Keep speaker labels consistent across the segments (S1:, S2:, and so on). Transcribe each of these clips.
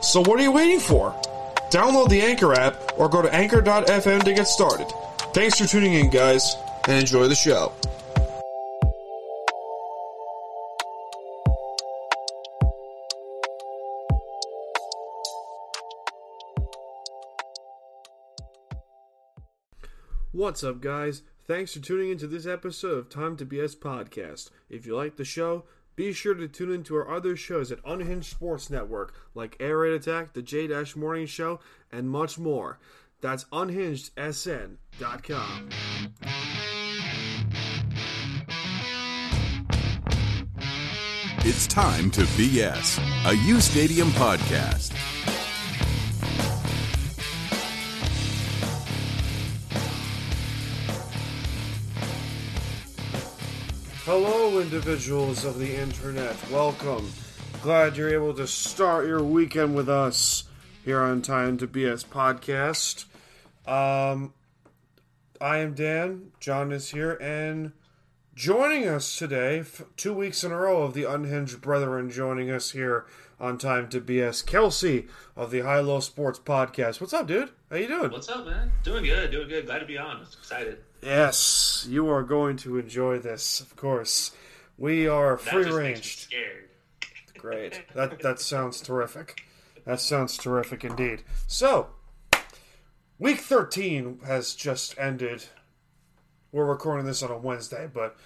S1: So what are you waiting for? Download the Anchor app or go to anchor.fm to get started. Thanks for tuning in, guys, and enjoy the show. What's up, guys? Thanks for tuning into this episode of Time to BS Podcast. If you like the show, be sure to tune into our other shows at Unhinged Sports Network, like Air Raid Attack, The J Dash Morning Show, and much more. That's unhingedsn.com.
S2: It's time to BS, a U Stadium podcast.
S1: Hello, individuals of the internet. Welcome. Glad you're able to start your weekend with us here on Time to BS Podcast. Um, I am Dan. John is here, and joining us today, f- two weeks in a row of the Unhinged Brethren joining us here on Time to BS, Kelsey of the High Low Sports Podcast. What's up, dude? How you doing?
S3: What's up, man? Doing good, doing good. Glad to be on. Excited.
S1: Yes, you are going to enjoy this, of course. We are
S3: That
S1: free
S3: just makes me
S1: ranged.
S3: Scared.
S1: Great. That that sounds terrific. That sounds terrific indeed. So, week 13 has just ended. We're recording this on a Wednesday, but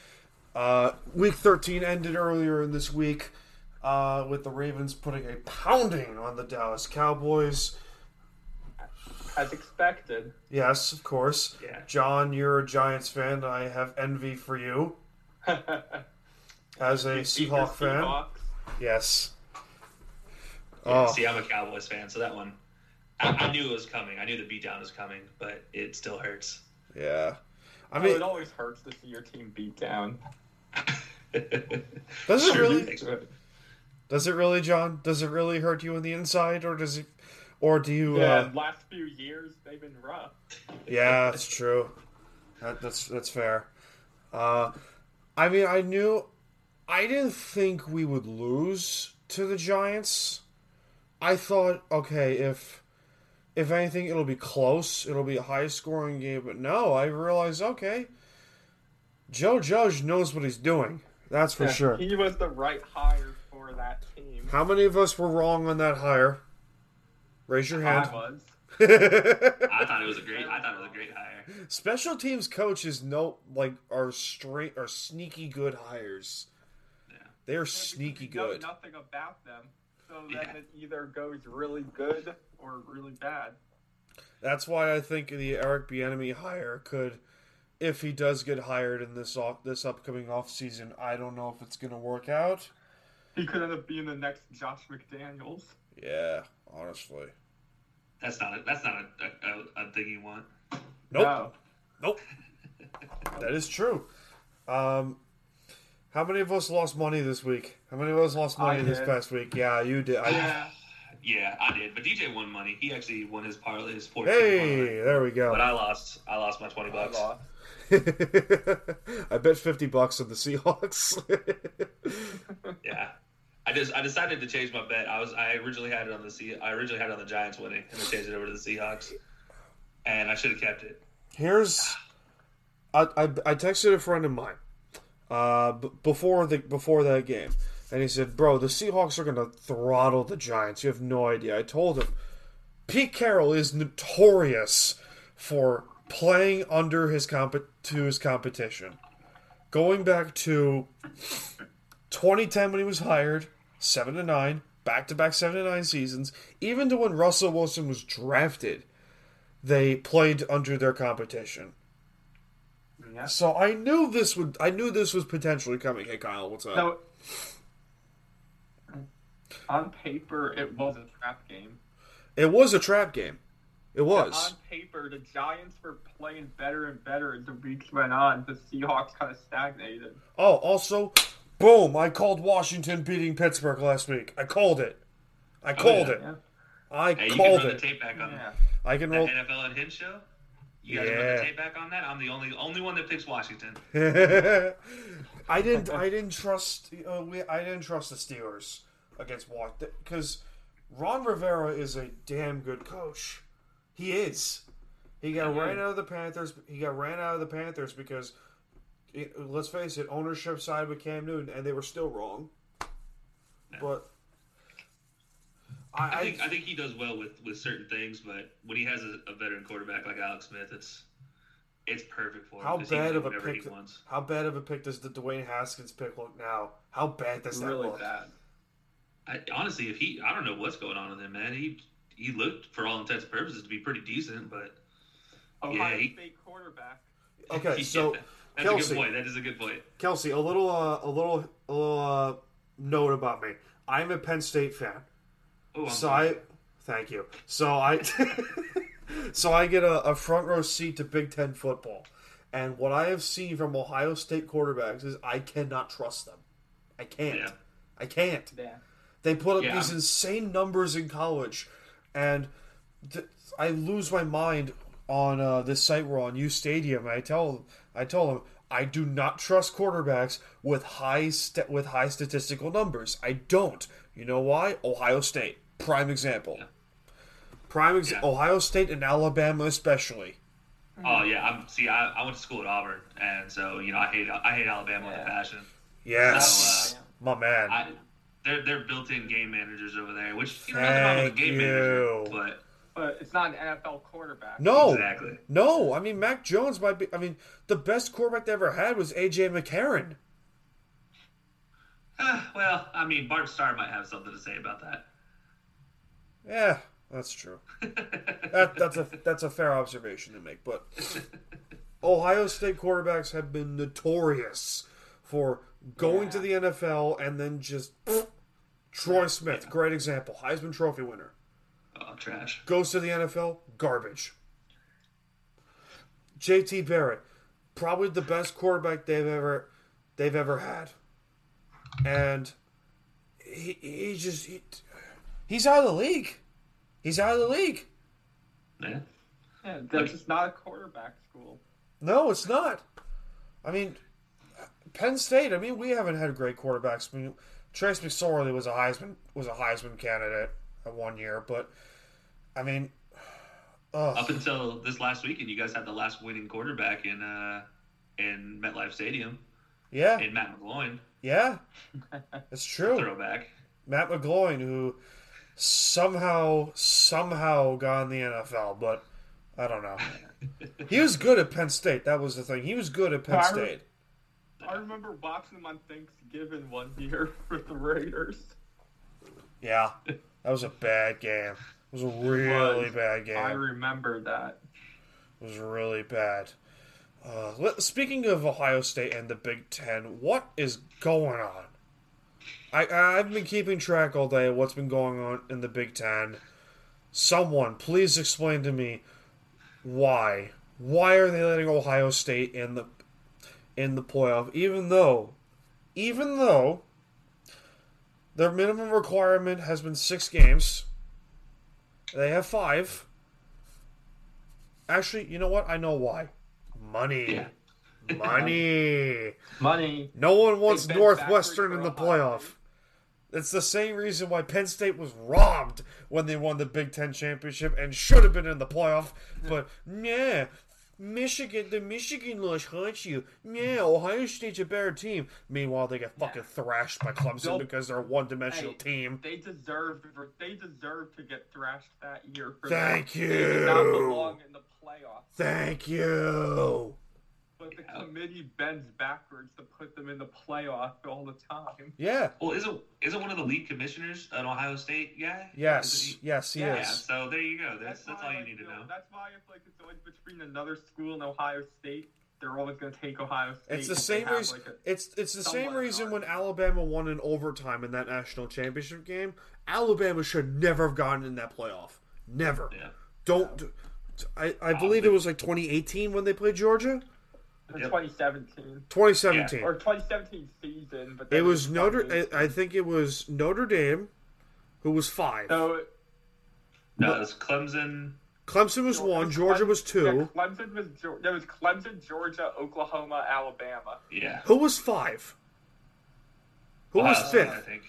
S1: uh, week 13 ended earlier in this week uh, with the Ravens putting a pounding on the Dallas Cowboys.
S4: as expected.
S1: Yes, of course.
S3: Yeah.
S1: John, you're a Giants fan. I have envy for you. As a
S4: Beat the
S1: Seahawk fan.
S4: Seahawks.
S1: Yes. Oh,
S3: See, I'm a Cowboys fan, so that one, I, I knew it was coming. I knew the beatdown was coming, but it still hurts.
S1: yeah. I
S4: Oh,
S1: mean,
S4: it always hurts to see your team beat down.
S1: does it
S3: Sure.
S1: really?
S4: Yeah,
S1: Does it really, John? Does it really hurt you on the inside, or does it, or do you? Uh,
S4: last few years they've been rough.
S1: yeah, that's true. That, that's that's fair. Uh, I mean, I knew, I didn't think we would lose to the Giants. I thought, okay, if if anything, it'll be close. It'll be a high scoring game. But no, I realized, okay, Joe Judge knows what he's doing. That's for sure.
S4: He was the right hire for that team.
S1: How many of us were wrong on that hire? Raise your hand.
S4: I was.
S3: I thought it was a great. I thought it was a great hire.
S1: Special teams coaches no like are straight are sneaky good hires. They are sneaky
S4: We know
S1: good.
S4: nothing about them, so then
S3: Yeah.
S4: it either goes really good or really bad.
S1: That's why I think the Eric Bieniemy hire could, if he does get hired in this off this upcoming offseason, I don't know if it's gonna work out.
S4: He could end up being the next Josh McDaniels.
S1: Yeah, honestly.
S3: That's not. A, that's not a, a, a, a thing you want.
S1: Nope.
S4: No.
S1: Nope. that is true. Um, how many of us lost money this week? How many of us lost
S4: I
S1: money this
S4: did.
S1: past week? Yeah, you did. I,
S4: Yeah.
S3: Yeah, I did, but DJ won money. He actually won his parlay, his fourteen. parlay.
S1: Hey, there we
S3: But
S1: go.
S3: I lost. I lost my twenty
S4: I
S3: bucks.
S4: lost.
S1: I bet 50 bucks on the Seahawks.
S3: Yeah. I just I decided to change my bet. I was I originally had it on the Se- I originally had it on the Giants winning and I changed it over to the Seahawks. And I should have kept it.
S1: Here's I, I, I texted a friend of mine uh, b- before the before that game, and he said, "Bro, the Seahawks are gonna throttle the Giants. You have no idea." I told him, Pete Carroll is notorious for playing under his comp to his competition. Going back to 2010 when he was hired, seven to nine, back to back seven to nine seasons. Even to when Russell Wilson was drafted, they played under their competition.
S4: Yeah.
S1: So I knew this would. I knew this was potentially coming. Hey Kyle, what's up?
S4: So, on paper, it was a trap game.
S1: It was a trap game. It was.
S4: On paper, the Giants were playing better and better as the weeks went on. The Seahawks kind of stagnated.
S1: Oh, also, boom! I called Washington beating Pittsburgh last week. I called it. I called
S3: Oh, yeah.
S1: it. I
S3: Hey, you can
S1: called
S3: run the
S1: it.
S3: tape back on
S4: Yeah.
S1: I can
S3: that
S1: roll.
S3: NFL and Hinge show. You guys run
S1: Yeah.
S3: the tape back on that. I'm the only only one that picks Washington.
S1: I didn't. I didn't trust. Uh, we, I didn't trust the Steelers against Washington because Ron Rivera is a damn good coach. He is. He got
S3: Mm-hmm.
S1: ran out of the Panthers. He got ran out of the Panthers because, it, let's face it, ownership side with Cam Newton, and they were still wrong. But I,
S3: I think I think he does well with, with certain things, but when he has a, a veteran quarterback like Alex Smith, it's it's perfect for him.
S1: How
S3: 'cause he can
S1: bad
S3: do
S1: of a
S3: whatever
S1: pick?
S3: he wants.
S1: How bad of a pick does the Dwayne Haskins pick look now? How bad does that
S4: Really
S1: look?
S4: bad.
S3: I, honestly, if he, I don't know what's going on with him, man. He he looked for all intents and purposes to be pretty decent, but
S4: Ohio
S3: he-
S4: State quarterback.
S1: Okay, so
S3: Yeah, that's
S1: Kelsey,
S3: a good point. That is a good point.
S1: Kelsey, a little, uh, a little, a little uh, note about me. I'm a Penn State fan,
S3: Oh, I'm
S1: so I thank you. So I, so I get a, a front row seat to Big Ten football, and what I have seen from Ohio State quarterbacks is I cannot trust them. I can't.
S3: Yeah.
S1: I can't.
S4: Yeah.
S1: They put up
S3: Yeah.
S1: these insane numbers in college, and th- I lose my mind on uh, this site we're on, U Stadium. I tell I tell them I do not trust quarterbacks with high st- with high statistical numbers. I don't. You know why? Ohio State, prime example. Prime ex-
S3: Yeah.
S1: Ohio State and Alabama especially.
S3: oh yeah, I'm see. I, I went to school at Auburn, and so you know I hate I hate Alabama with a
S4: Yeah.
S3: passion.
S1: Yes, my man.
S3: Oh, uh, I they're they're built-in game managers over there, which you know nothing wrong with a
S1: Thank
S3: game manager,
S1: you. Oh.
S3: but
S4: But it's not an NFL quarterback.
S1: no,
S3: exactly.
S1: no. I mean, Mac Jones might be. I mean, the best quarterback they ever had was AJ McCarron.
S3: Ah, well, I mean, Bart Starr might have something to say about that.
S1: Yeah, that's true. that, that's a that's a fair observation to make. But Ohio State quarterbacks have been notorious for going to the NFL and then just Troy Smith, great example, Heisman Trophy winner,
S3: Oh, trash.
S1: goes to the NFL, garbage. JT Barrett, probably the best quarterback they've ever they've ever had, and he he just he, he's out of the league. He's out of the league.
S3: Yeah.
S4: Yeah, that's just not a quarterback school.
S1: No, it's not. I mean, Penn State. I mean, we haven't had great quarterbacks. I mean, Trace McSorley was a Heisman was a Heisman candidate at one year, but I mean,
S3: Up until this last weekend, you guys had the last winning quarterback in uh, in MetLife Stadium,
S1: yeah,
S3: in Matt McGloin.
S1: yeah, it's true.
S3: Throwback.
S1: Matt McGloin, who somehow somehow got in the NFL, but I don't know. He was good at Penn State. That was the thing. He was good at Penn
S4: Byron-
S1: State.
S4: I remember watching him on Thanksgiving one year for the Raiders.
S1: Yeah, that was a bad game. It was a really
S4: was.
S1: bad game.
S4: I remember that.
S1: was really bad. Uh, let- speaking of Ohio State and the Big Ten, what is going on? I, I- I've been keeping track all day of what's been going on in the Big Ten. Someone, please explain to me why. Why are they letting Ohio State in the in the playoff? Even though, even though their minimum requirement has been six games, they have five. Actually, you know what? I know why. Money.
S3: Yeah.
S1: Money.
S4: Money.
S1: No one wants
S4: bent
S1: Northwestern in the
S4: backwards for Ohio
S1: playoff. It's the same reason why Penn State was robbed when they won the Big Ten championship and should have been in the playoff. But yeah, Michigan, the Michigan lost, hurt you. Yeah, Ohio State's a better team. Meanwhile, they get fucking thrashed by Clemson
S4: Nope.
S1: because they're a one-dimensional
S4: Hey,
S1: team.
S4: They deserved they deserved to get thrashed that year. For
S1: Thank
S4: that. They did not
S1: you.
S4: belong in the playoffs.
S1: Thank you.
S4: But the
S3: Yeah.
S4: committee bends backwards to put them in the playoff all the time.
S1: Yeah.
S3: Well, isn't isn't one of the league commissioners an Ohio State guy? Is E-
S1: Yes.
S3: he-
S1: Yes, he
S4: Yeah.
S3: Yeah.
S1: is.
S3: So there you go. That's that's
S4: why,
S3: all you
S4: like,
S3: need to
S4: know,
S3: know.
S4: That's why if like it's always between another school and Ohio State, they're always going to take Ohio State.
S1: It's the
S4: if they
S1: same
S4: have,
S1: reason.
S4: like, a-
S1: It's it's the same
S4: somewhat
S1: reason when
S4: odd.
S1: Alabama won in overtime in that national championship game. Alabama should never have gotten in that playoff. Never.
S3: Yeah.
S1: Don't. I, I
S4: Um,
S1: believe it was like 2018 when they played Georgia.
S4: the
S3: Yep.
S4: 2017
S1: 2017.
S4: or 2017 season, but
S1: It
S4: then
S1: was Notre.
S4: 2018.
S1: I I think it was Notre Dame, who was five.
S4: So
S3: No, it's Clemson.
S1: Clemson was one.
S4: Clem-
S1: Georgia was
S4: Yeah,
S1: two.
S4: Clemson was Geor- there was Clemson, Georgia, Oklahoma, Alabama.
S3: Yeah.
S1: Who was five? Who
S3: Ohio
S1: was
S3: State, I
S1: fifth?
S3: think.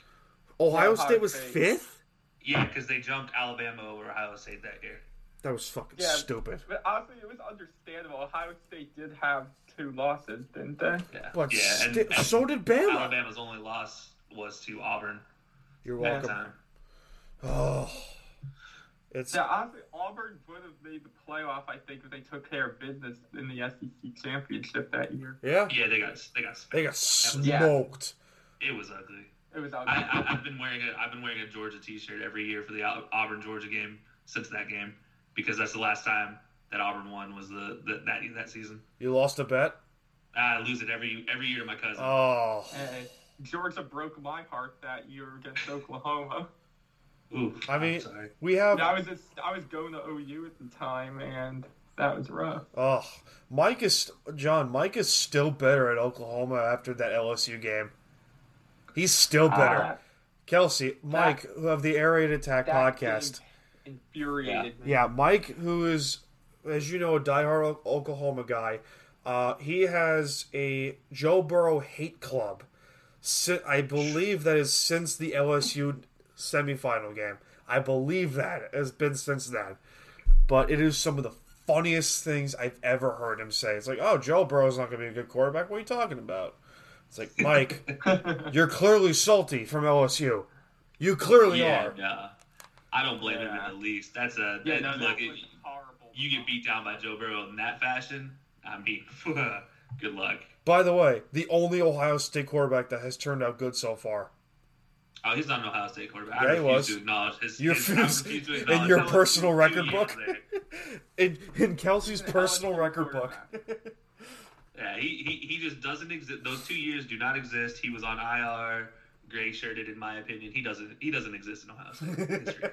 S1: Ohio
S4: Uh, Ohio
S1: State was
S4: State.
S1: fifth.
S3: Yeah, because they jumped Alabama over Ohio State that year.
S1: That was fucking
S4: Yeah.
S1: stupid.
S4: But honestly, it was understandable. Ohio State did have two losses, didn't they?
S3: Yeah.
S1: But
S3: yeah, and-
S1: sti-
S3: and
S1: so did Bama.
S3: Alabama's only loss was to Auburn
S1: You're
S3: that
S1: welcome.
S3: time.
S1: Oh, it's
S4: Yeah, honestly, Auburn would have made the playoff, I think, if they took care of business in the SEC championship that year.
S1: yeah.
S3: Yeah, they got they got spanked.
S1: They got smoked.
S3: It was ugly.
S4: It was ugly.
S3: I, I, I've been wearing a I've been wearing a Georgia T-shirt every year for the Au- Auburn Georgia game since that game because that's the last time that Auburn won was the, the that that season.
S1: You lost a bet.
S3: I lose it every every year to my cousin.
S1: Oh,
S4: And Georgia broke my heart that year against Oklahoma.
S3: Ooh,
S1: Oh, I
S3: I'm
S1: mean,
S3: sorry.
S1: we have.
S4: I was just, I was going to OU at the time, and that was rough.
S1: Oh, Mike is John. Mike is still better at Oklahoma after that LSU game. He's still better.
S4: Ah,
S1: Kelsey, Mike of the Aerated Attack
S4: that
S1: podcast.
S4: game infuriated me.
S1: Yeah, Mike, who is, as you know, a diehard O- Oklahoma guy, uh, he has a Joe Burrow hate club. Si- I believe that is since the LSU semifinal game. I believe that has been since then. But it is some of the funniest things I've ever heard him say. It's like, oh, Joe Burrow's not going to be a good quarterback. What are you talking about? It's like, Mike, you're clearly salty from LSU. You clearly
S3: yeah,
S1: are.
S3: no. uh, I don't blame him
S4: Yeah.
S3: in the least. That's a
S4: Yeah,
S3: that-
S4: no,
S3: look,
S4: that
S3: it-
S4: was horrible.
S3: you get beat down by Joe Burrow in that fashion. I mean, good luck.
S1: By the way, the only Ohio State quarterback that has turned out good so far.
S3: Oh, he's not an Ohio State quarterback.
S1: Yeah,
S3: I
S1: he
S3: refuse
S1: was.
S3: to acknowledge his.
S1: You
S3: his- I
S1: refuse-
S3: refuse to
S1: in
S3: acknowledge
S1: your
S3: how he
S1: personal
S3: was
S1: record
S3: two
S1: book?
S3: years there.
S1: In, in Kelsey's
S4: An
S1: personal
S4: LSU
S1: record book.
S3: Yeah, he, he, he just doesn't exist. Those two years do not exist. He was on IR, gray shirted, in my opinion. He doesn't he doesn't exist in Ohio State history.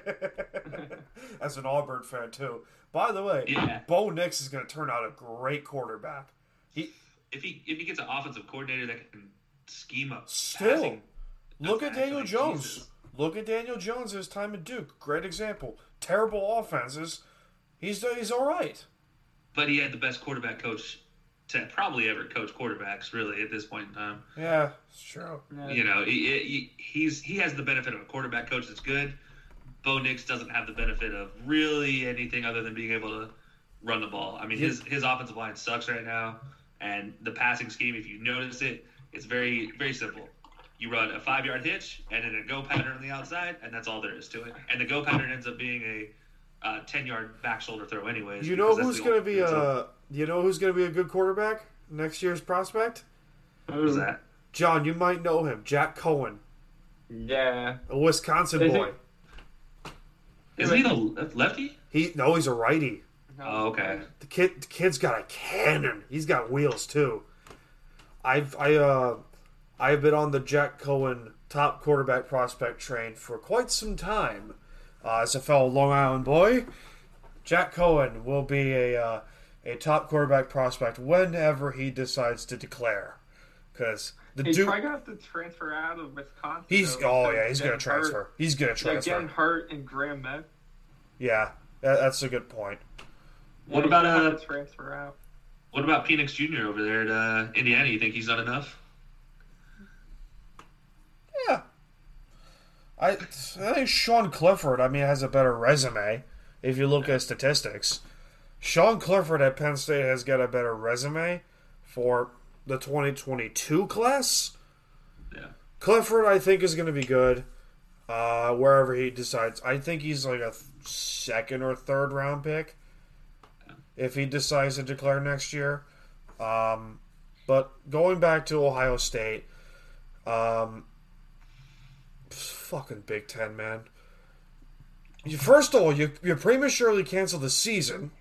S1: As an Auburn fan, too. By the way,
S3: Yeah.
S1: Bo Nix is going to turn out a great quarterback. He
S3: if he if he gets an offensive coordinator that can scheme up
S1: Still,
S3: passing,
S1: Look at
S3: that's
S1: Daniel
S3: actually
S1: Jones.
S3: Jesus.
S1: Look at Daniel Jones' his time at Duke. Great example. Terrible offenses. He's, he's all right.
S3: but he had the best quarterback coach to probably ever coach quarterbacks really at this point in time.
S1: Yeah, it's true.
S4: Yeah.
S3: You know, he, he, he's he has the benefit of a quarterback coach that's good. Bo Nix doesn't have the benefit of really anything other than being able to run the ball. I mean, his his offensive line sucks right now, and the passing scheme, if you notice it, it's very very simple. You run a five yard hitch and then a go pattern on the outside, and that's all there is to it. And the go pattern ends up being a uh, ten yard back shoulder throw, anyways.
S1: You know
S3: because that's
S1: who's
S3: the
S1: going to
S3: only-
S1: be
S3: that's all-
S1: a you know who's going to be a good quarterback next year's prospect? uh,
S3: who's that?
S1: John, you might know him, Jack Cohen,
S4: Yeah.
S1: a Wisconsin
S4: Is he-
S1: boy.
S3: Isn't he the lef- lefty?
S1: He no, he's a righty.
S3: Oh, okay.
S1: The kid, the kid's got a cannon. He's got wheels too. I've I uh I've been on the Jack Cohen top quarterback prospect train for quite some time. Uh, as a fellow Long Island boy, Jack Cohen will be a uh, a top quarterback prospect whenever he decides to declare, because the
S4: He's
S1: dude
S4: probably gonna have to transfer out of Wisconsin.
S1: he's
S4: though,
S1: oh
S4: because
S1: yeah he's
S4: they're
S1: gonna transfer
S4: Hurt.
S1: he's gonna
S4: They're
S1: transfer
S4: getting hurt in Grand Met.
S1: yeah that, that's a good point.
S3: What about uh,
S4: a transfer out?
S3: What about Penix Jr. over there at uh, Indiana? You think he's not enough?
S1: Yeah. I, I think Sean Clifford, I mean, has a better resume if you look at statistics. Sean Clifford at Penn State has got a better resume for the 2022 class.
S3: Yeah.
S1: Clifford, I think, is going to be good uh, wherever he decides. I think he's like a th- second or third round pick if he decides to declare next year. Um, but going back to Ohio State, um, fucking Big Ten, man. You, first of all, you, you prematurely cancel the season,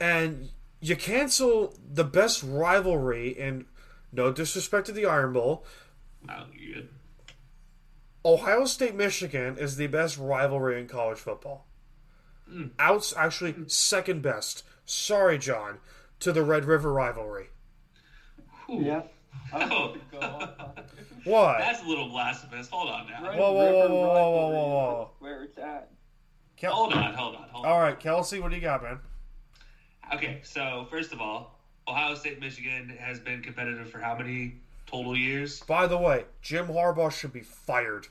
S1: and you cancel the best rivalry in no disrespect to the Iron Bowl.
S3: Wow, you're good.
S1: Ohio State Michigan is the best rivalry in college football.
S3: Hmm.
S1: Outs actually second best. Sorry, John, to the Red River rivalry.
S3: Whew.
S4: Yep. I
S3: Oh.
S4: could go on.
S1: What?
S3: That's a little blasphemous. Hold on now.
S4: Red
S1: whoa, whoa,
S4: River
S1: whoa, whoa, whoa,
S4: rivalry,
S1: whoa, whoa.
S4: that's Where it's at.
S1: Kel-
S3: Hold on, hold on, hold on.
S1: All right, Kelsey, what do you got, man?
S3: Okay, so first of all, Ohio State Michigan has been competitive for how many total years?
S1: By the way, Jim Harbaugh should be fired.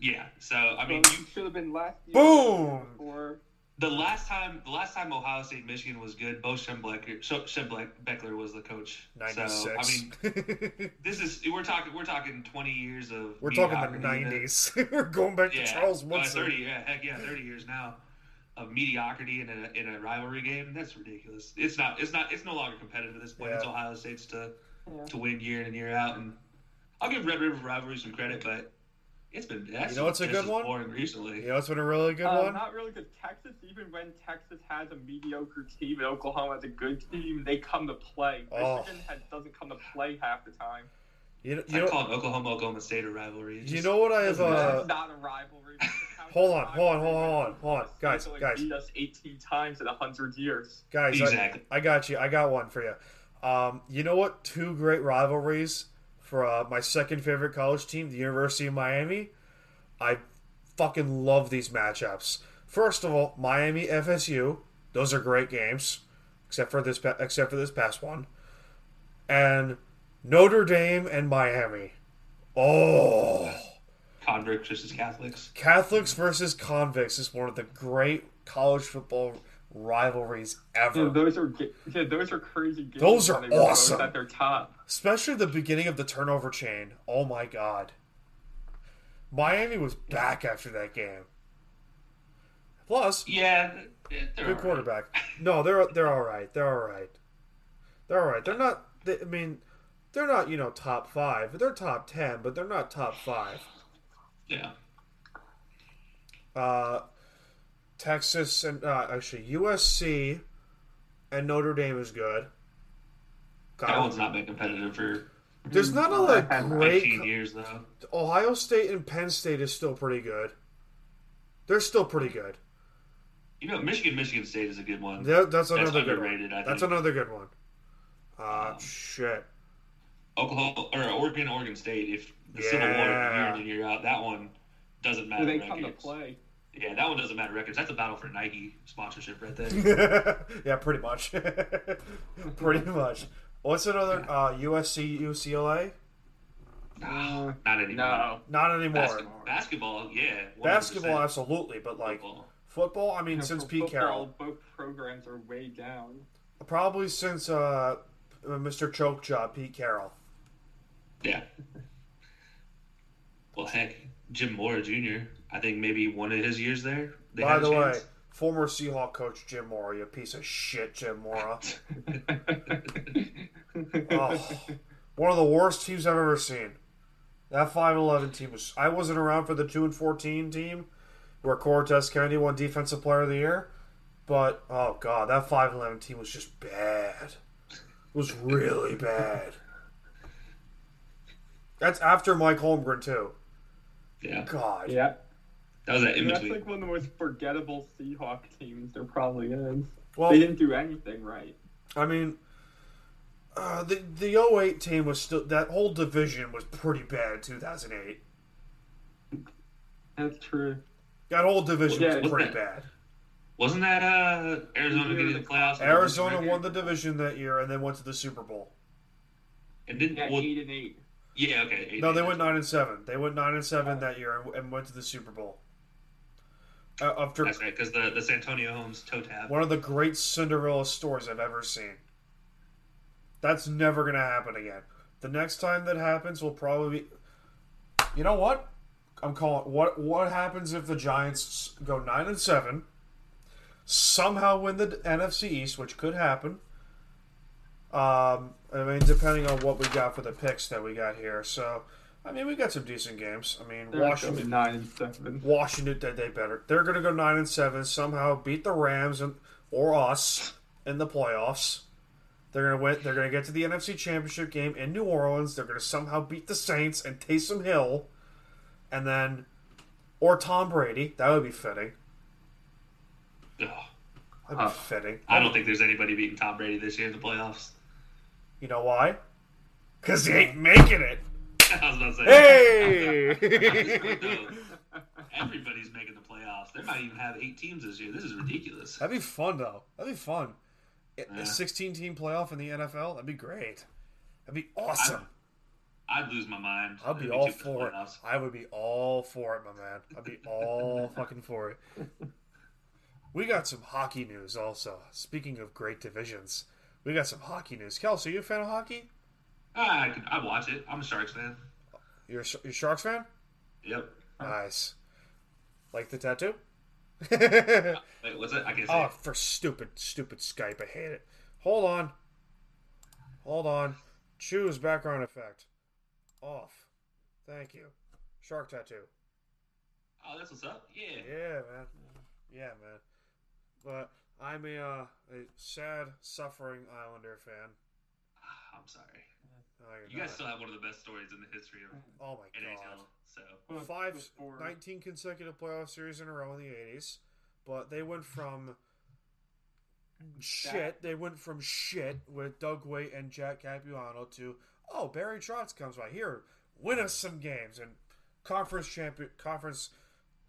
S3: Yeah. So I mean,
S4: So
S3: you,
S4: it should have been last year.
S1: Boom!
S4: Before.
S3: the last time the last time Ohio State Michigan was good, Bo Schembechler, Schembechler Beckler was the coach.
S1: Ninety
S3: So I
S1: six.
S3: mean, this is we're talking we're talking twenty years of
S1: We're talking the
S3: mediocrity that-
S1: nineties. We're going back to
S3: Yeah,
S1: Charles
S3: uh,
S1: Woodson.
S3: thirty, yeah, heck yeah, thirty years now of mediocrity in a in a rivalry game. That's ridiculous. It's not. It's not. It's no longer competitive at this point.
S1: Yeah.
S3: It's Ohio State's to
S4: Yeah.
S3: to win year in and year out. And I'll give Red River rivalry some credit, but it's been that's
S1: You know what's a
S3: just
S1: good
S3: as
S1: one?
S3: boring recently.
S1: You know, it's been a really good
S4: Uh,
S3: Um,
S1: one.
S4: not really, because Texas, even when Texas has a mediocre team and Oklahoma has a good team, they come to play.
S1: Oh.
S4: Michigan has, doesn't come to play half the time.
S1: You,
S3: I
S1: you, know,
S3: call it Oklahoma Oklahoma State a rivalry. It's
S1: you
S3: just-
S1: know what I have. Uh,
S4: That's not a rivalry.
S1: hold on, hold on, hold on, hold on, hold on. Guys,
S4: They
S1: guys.
S4: Beat us 18 times in 100 years.
S1: guys,
S3: Exactly.
S1: I, I got you. I got one for you. Um, you know what? Two great rivalries for uh, my second favorite college team, the University of Miami. I fucking love these matchups. First of all, Miami FSU. Those are great games, except for this pa- except for this past one, and Notre Dame and Miami. Oh.
S3: convicts versus Catholics.
S1: Catholics versus convicts is one of the great college football rivalries ever.
S4: Dude, those are ga- dude, those are crazy games.
S1: Those
S4: when
S1: are
S4: they were both
S1: awesome.
S4: At their top.
S1: Especially the beginning of the turnover chain. Oh my god. Miami was back after that game. Plus,
S3: Yeah, they're all
S1: good
S3: right.
S1: quarterback. No, they're they're all right. They're all right. They're all right. They're not. They, I mean, they're not you know top five. They're top ten, but they're not top five.
S3: Yeah,
S1: Uh, Texas and uh, actually USC and Notre Dame is good.
S3: that
S1: God,
S3: one's not been competitive for
S1: there's not a lot
S4: I
S1: of
S4: had
S1: great.
S3: fifteen years though.
S1: Ohio State and Penn State is still pretty good. They're still pretty good.
S3: You know, Michigan Michigan State is a good one.
S1: That- that's
S3: That's
S1: another good one.
S3: underrated, I
S1: That's
S3: think.
S1: another good one. Uh,
S3: Um,
S1: shit.
S3: Oklahoma or Oregon, Oregon State. If the Civil War year
S1: Yeah.
S3: in and year out, that one doesn't matter.
S4: Do they
S3: records.
S4: come to play?
S3: Yeah, that one doesn't matter records. That's a battle for Nike sponsorship right there.
S1: yeah, pretty much. pretty much. What's another uh, USC UCLA?
S3: no, not anymore.
S4: No.
S1: Not anymore.
S3: Basket- basketball, yeah. 100%.
S1: Basketball, absolutely, but like
S3: Football.
S1: football. I mean,
S4: You know,
S1: since
S4: for
S1: Pete
S4: football,
S1: Carroll,
S4: both programs are way down.
S1: probably since uh, Mr. Choke Job, Pete Carroll.
S3: yeah. Well, heck, Jim Mora Jr. I think maybe one of his years there. They
S1: By
S3: had a
S1: the way,
S3: chance.
S1: former Seahawk coach Jim Mora, you piece of shit, Jim Mora. oh, one of the worst teams I've ever seen. That five eleven team was. I wasn't around for the two and fourteen team, where Cortez Kennedy won Defensive Player of the Year, but oh god, that five eleven team was just bad. It was really bad. That's after Mike Holmgren too.
S3: yeah,
S1: God,
S4: Yeah.
S3: that was that in
S4: That's
S3: between.
S4: like one of the most forgettable Seahawk teams there probably is.
S1: Well,
S4: they didn't do anything right.
S1: I mean, uh, the the 08 team was still that whole division was pretty bad. in 2008,
S4: That's true.
S1: that whole division
S4: Yeah,
S1: was
S4: it-
S1: pretty bad.
S3: Wasn't that uh Arizona getting the playoffs? with a
S1: Arizona
S3: record?
S1: won the division that year and then went to the Super Bowl.
S3: And didn't
S4: Yeah,
S3: well,
S4: eight and eight.
S3: yeah, okay. eight
S1: No, they
S3: days.
S1: went nine and seven. They went nine and seven that year and, and went to the Super Bowl. Uh, after
S3: That's right, because the the Santonio Holmes toe tap.
S1: one of the great Cinderella stories I've ever seen. That's never gonna happen again. The next time that happens will probably be. You know what? I'm calling. What What happens if the Giants s- go nine and seven? Somehow win the NFC East, which could happen. Um, I mean, depending on what we got for the picks that we got here. So, I mean, we got some decent games. I mean,
S4: They're
S1: Washington
S4: going nine and seven.
S1: Washington that they better. They're going to go nine and seven. Somehow beat the Rams and or us in the playoffs. They're going to win. They're going to get to the NFC Championship game in New Orleans. They're going to somehow beat the Saints and Taysom Hill, and then or Tom Brady. That would be fitting.
S3: Ugh.
S1: That'd be
S4: Huh.
S1: fitting.
S3: I don't think there's anybody beating Tom Brady this year in the playoffs.
S1: You know why? Because he ain't making it.
S3: I was about to say.
S1: Hey.
S3: No. Everybody's making the playoffs. They might even have eight teams this year. This is ridiculous.
S1: That'd be fun though. That'd be fun. A-
S3: Yeah.
S1: A 16 team playoff in the NFL. That'd be great. That'd be awesome.
S3: I'd lose my mind.
S1: I'd be
S3: It'd
S1: all
S3: too much
S1: for it.
S3: playoffs.
S1: I would be all for it, my man. I'd be all fucking for it. We got some hockey news also. Speaking of great divisions, we got some hockey news. Kelsey, you a fan of hockey?
S3: Ah, I could, I'd watch it. I'm a Sharks fan.
S1: You're a, Sh- you a Sharks fan?
S3: Yep.
S1: Nice. Like the tattoo? Uh,
S3: Wait, what's that? I can't say.
S1: oh,
S3: it.
S1: for stupid, stupid Skype. I hate it. Hold on. Hold on. Choose background effect. Off. Thank you. Shark tattoo.
S3: Oh, that's what's up. Yeah.
S1: Yeah, man. Yeah, man. But I'm a, uh, a sad, suffering Islander fan.
S3: Ah, I'm sorry.
S1: No, you're
S3: You
S1: not.
S3: guys still have one of the best stories in the history of
S1: oh my
S3: NHL.
S1: god.
S3: So
S1: Five,
S4: Four.
S1: 19 consecutive playoff series in a row in the 80s. But they went from shit, they went from shit with Doug Waite and Jack Capuano to, oh, Barry Trotz comes by here, win us some games and conference champion, conference,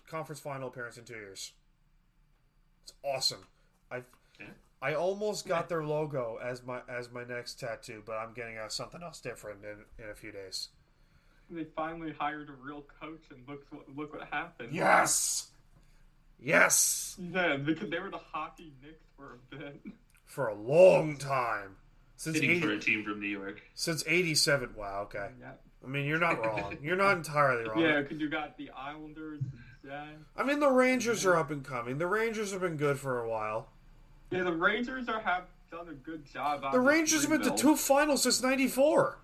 S1: conference final appearance in two years. It's awesome. I
S3: Yeah.
S1: I almost got their logo as my as my next tattoo, but I'm getting uh, something else different in, in a few days.
S4: They finally hired a real coach, and look what look what happened.
S1: Yes, yes,
S4: Yeah, because they were the hockey Knicks for a bit.
S1: for a long time since
S3: sitting for
S1: 80,
S3: a team from New York.
S1: since '87. Wow. Okay.
S4: Yeah,
S1: I mean, you're not wrong. You're not entirely wrong.
S4: yeah, because you got the Islanders. Yeah,
S1: I mean, the Rangers are up and coming. The Rangers have been good for a while.
S4: yeah. The Rangers are have done a good job. out
S1: The
S4: of this
S1: Rangers have been to
S4: rebuild.
S1: two finals since '94.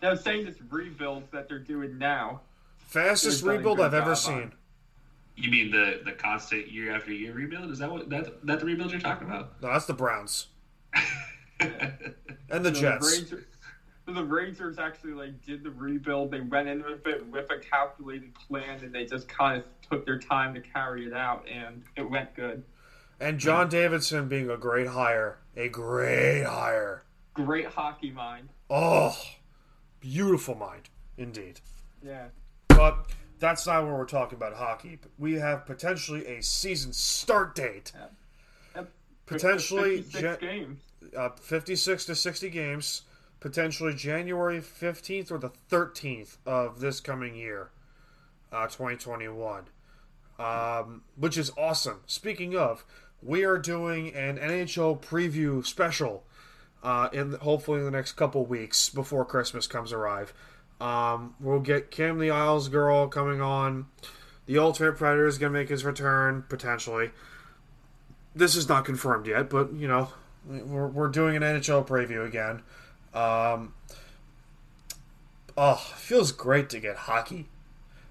S4: Yeah, I'm saying this rebuild that they're doing now.
S1: Fastest
S4: They've done a
S1: rebuild
S4: good
S1: I've ever
S4: job on
S1: seen.
S4: it.
S3: You mean the the constant year after year rebuild? Is that what that that the rebuild you're talking about?
S1: No, that's the Browns and the Jets.
S4: Rangers, so the Rangers actually like did the rebuild. They went in with it with a calculated plan, and they just kind of took their time to carry it out, and it went good.
S1: And John Davidson being a great hire, a great hire.
S4: Great hockey mind.
S1: Oh, beautiful mind indeed.
S4: Yeah.
S1: But that's not where we're talking about hockey. We have potentially a season start date,
S4: Yep.
S1: Potentially
S4: 56
S1: Jet-
S4: games.
S1: uh, 56 to 60 games, potentially January 15th or the 13th of this coming year, uh, 2021, um, which is awesome. Speaking of, we are doing an NHL preview special uh, in hopefully in the next couple weeks before Christmas comes arrive. Um, we'll get Kim the Isles Girl coming on. The Ultimate Predator is going to make his return potentially. This is not confirmed yet, but you know we're, we're doing an NHL preview again. Um, oh, feels great to get hockey.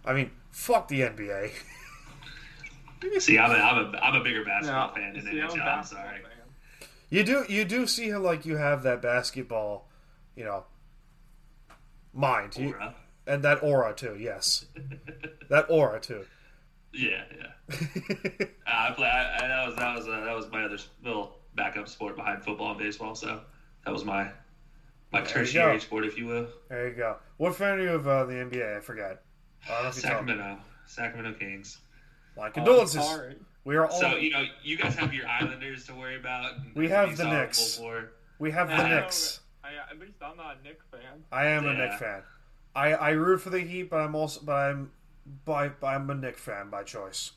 S1: I mean, fuck the NBA.
S3: See, I'm a, I'm a, I'm a bigger basketball
S4: Yeah.
S3: fan than
S4: See, I'm
S3: NHL.
S4: a
S3: I'm
S4: basketball
S3: sorry.
S4: fan.
S1: You do you do see how like you have that basketball, you know, mind You-
S3: Aura.
S1: and that aura too. Yes, that aura too.
S3: Yeah, yeah. Uh, I play. I, I, that was that was uh, that was my other s- little backup sport behind football and baseball. So that was my my
S1: you go.
S3: tertiary sport, if you will.
S1: there you go. What fan are you of uh, the NBA? I forgot. I don't know if you told me.
S3: Sacramento, Sacramento Kings.
S1: My
S4: I'm
S1: condolences.
S4: sorry.
S1: We are all
S3: So you know, you guys have your Islanders to worry about. and
S1: Oh. We have
S3: be
S1: the
S3: sorrowful
S1: Knicks.
S3: for.
S1: we have the
S4: I know,
S1: Knicks.
S4: I, at least I'm not a Nick fan.
S1: I am a
S3: Yeah.
S1: Nick fan. I, I root for the Heat, but I'm also but I'm by but I'm a Nick fan by choice.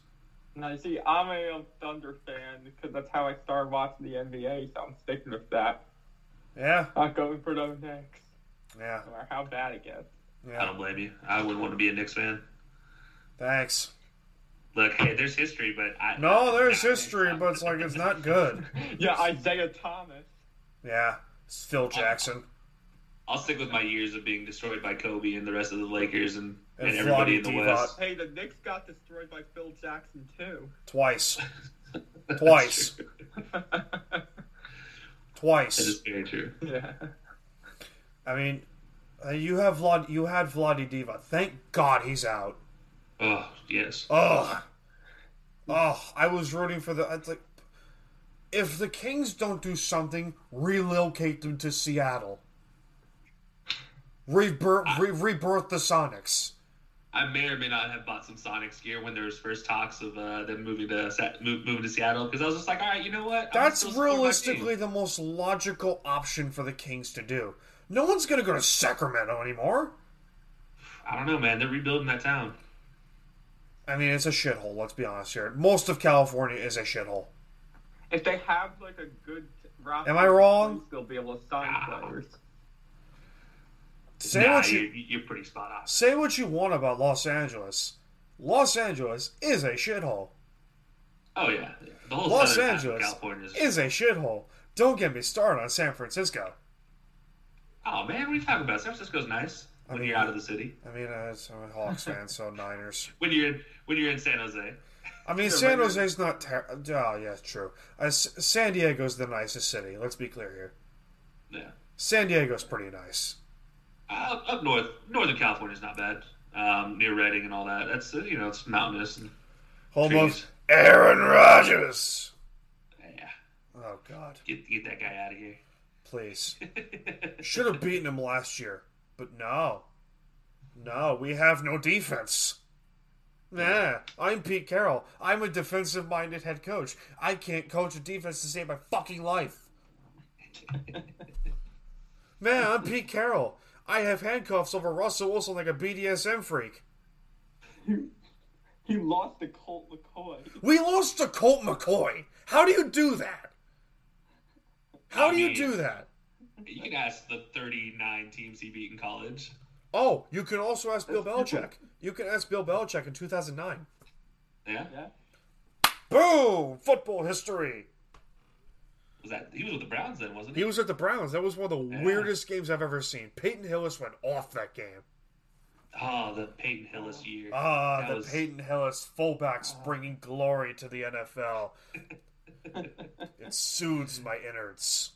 S4: And I see, I'm a Thunder fan because that's how I started watching the NBA, so I'm sticking with that.
S1: Yeah,
S4: Not going for the Knicks,
S1: yeah,
S4: no matter how bad it gets.
S3: I
S1: yeah.
S3: don't blame you. I wouldn't want to be a Knicks fan.
S1: Thanks.
S3: Look, hey, there's history, but I,
S1: No, there's history, but it's like it's not good.
S4: Yeah, Isaiah Thomas.
S1: Yeah, it's Phil Jackson
S3: I'll stick with my years of being destroyed by Kobe and the rest of the Lakers and, and,
S1: And
S3: everybody in the
S1: Vlade
S3: West.
S4: Hey, the Knicks got destroyed by Phil Jackson too.
S1: twice, twice,
S3: That is
S1: twice.
S3: very true.
S4: yeah.
S1: I mean, uh, you have Vlad, you had Vladi Diva. Thank God he's out.
S3: Oh yes.
S1: Ugh. Oh, I was rooting for the. It's like, if the Kings don't do something, relocate them to Seattle. Rebirth, re- rebirth the Sonics.
S3: I may or may not have bought some Sonics gear when there was first talks of uh, them moving to Sa- move, moving to Seattle because I was just like, all right, you know what? I'm
S1: That's
S3: still supporting my
S1: realistically
S3: team."
S1: the most logical option for the Kings to do. No one's going to go to Sacramento anymore.
S3: I don't know, man. They're rebuilding that town.
S1: I mean, it's a shithole, let's be honest here. Most of California is a shithole.
S4: If they have like a good roster,
S1: Am I wrong?
S4: They'll be able to sign
S3: Ah.
S4: players.
S1: Say
S3: nah,
S1: what you,
S3: you're, you're pretty spot on.
S1: say what you want about Los Angeles. Los Angeles is a shithole.
S3: Oh yeah, the whole
S1: Los
S3: southern half of
S1: Angeles
S3: California is.
S1: is a shithole. Don't get me started on San Francisco.
S3: oh man, what are you talking about? San Francisco's nice when
S1: mean-
S3: you're out of the city.
S1: I mean, uh, it's- I'm a Hawks fan, so Niners.
S3: When you're in, when you're in San Jose.
S1: I mean,
S4: Yeah,
S1: San
S4: right.
S1: Jose's not ter- Oh, yeah, true. Uh, S- San Diego's the nicest city. Let's be clear here.
S3: Yeah.
S1: San Diego's pretty nice.
S3: Uh, up north, Northern California's not bad. Um, near Redding and all that. That's uh, you know it's mountainous and
S1: Home
S3: Jeez.
S1: of Aaron Rodgers.
S3: yeah.
S1: Oh God,
S3: Get get that guy out of here.
S1: please. Should have beaten him last year, but no, no, we have no defense. Nah, I'm Pete Carroll. I'm a defensive-minded head coach. I can't coach a defense to save my fucking life. Man, I'm Pete Carroll. I have handcuffs over Russell Wilson like a BDSM freak.
S4: He lost to Colt McCoy.
S1: We lost to Colt McCoy. How do you do that? How do you do that?
S3: You can ask the 39 teams he beat in college.
S1: Oh, you can also ask Bill Belichick. You can ask Bill Belichick in 2009.
S3: Yeah,
S4: Yeah.
S1: Boom! Football history.
S3: was that he was with the Browns then, wasn't he?
S1: He was at the Browns. That was one of the
S3: Yeah.
S1: weirdest games I've ever seen. Peyton Hillis went off that game.
S3: Oh, the Peyton Hillis year.
S1: Ah,
S3: That
S1: the
S3: was- Oh.
S1: Peyton Hillis fullbacks bringing glory to the NFL. it soothes my innards.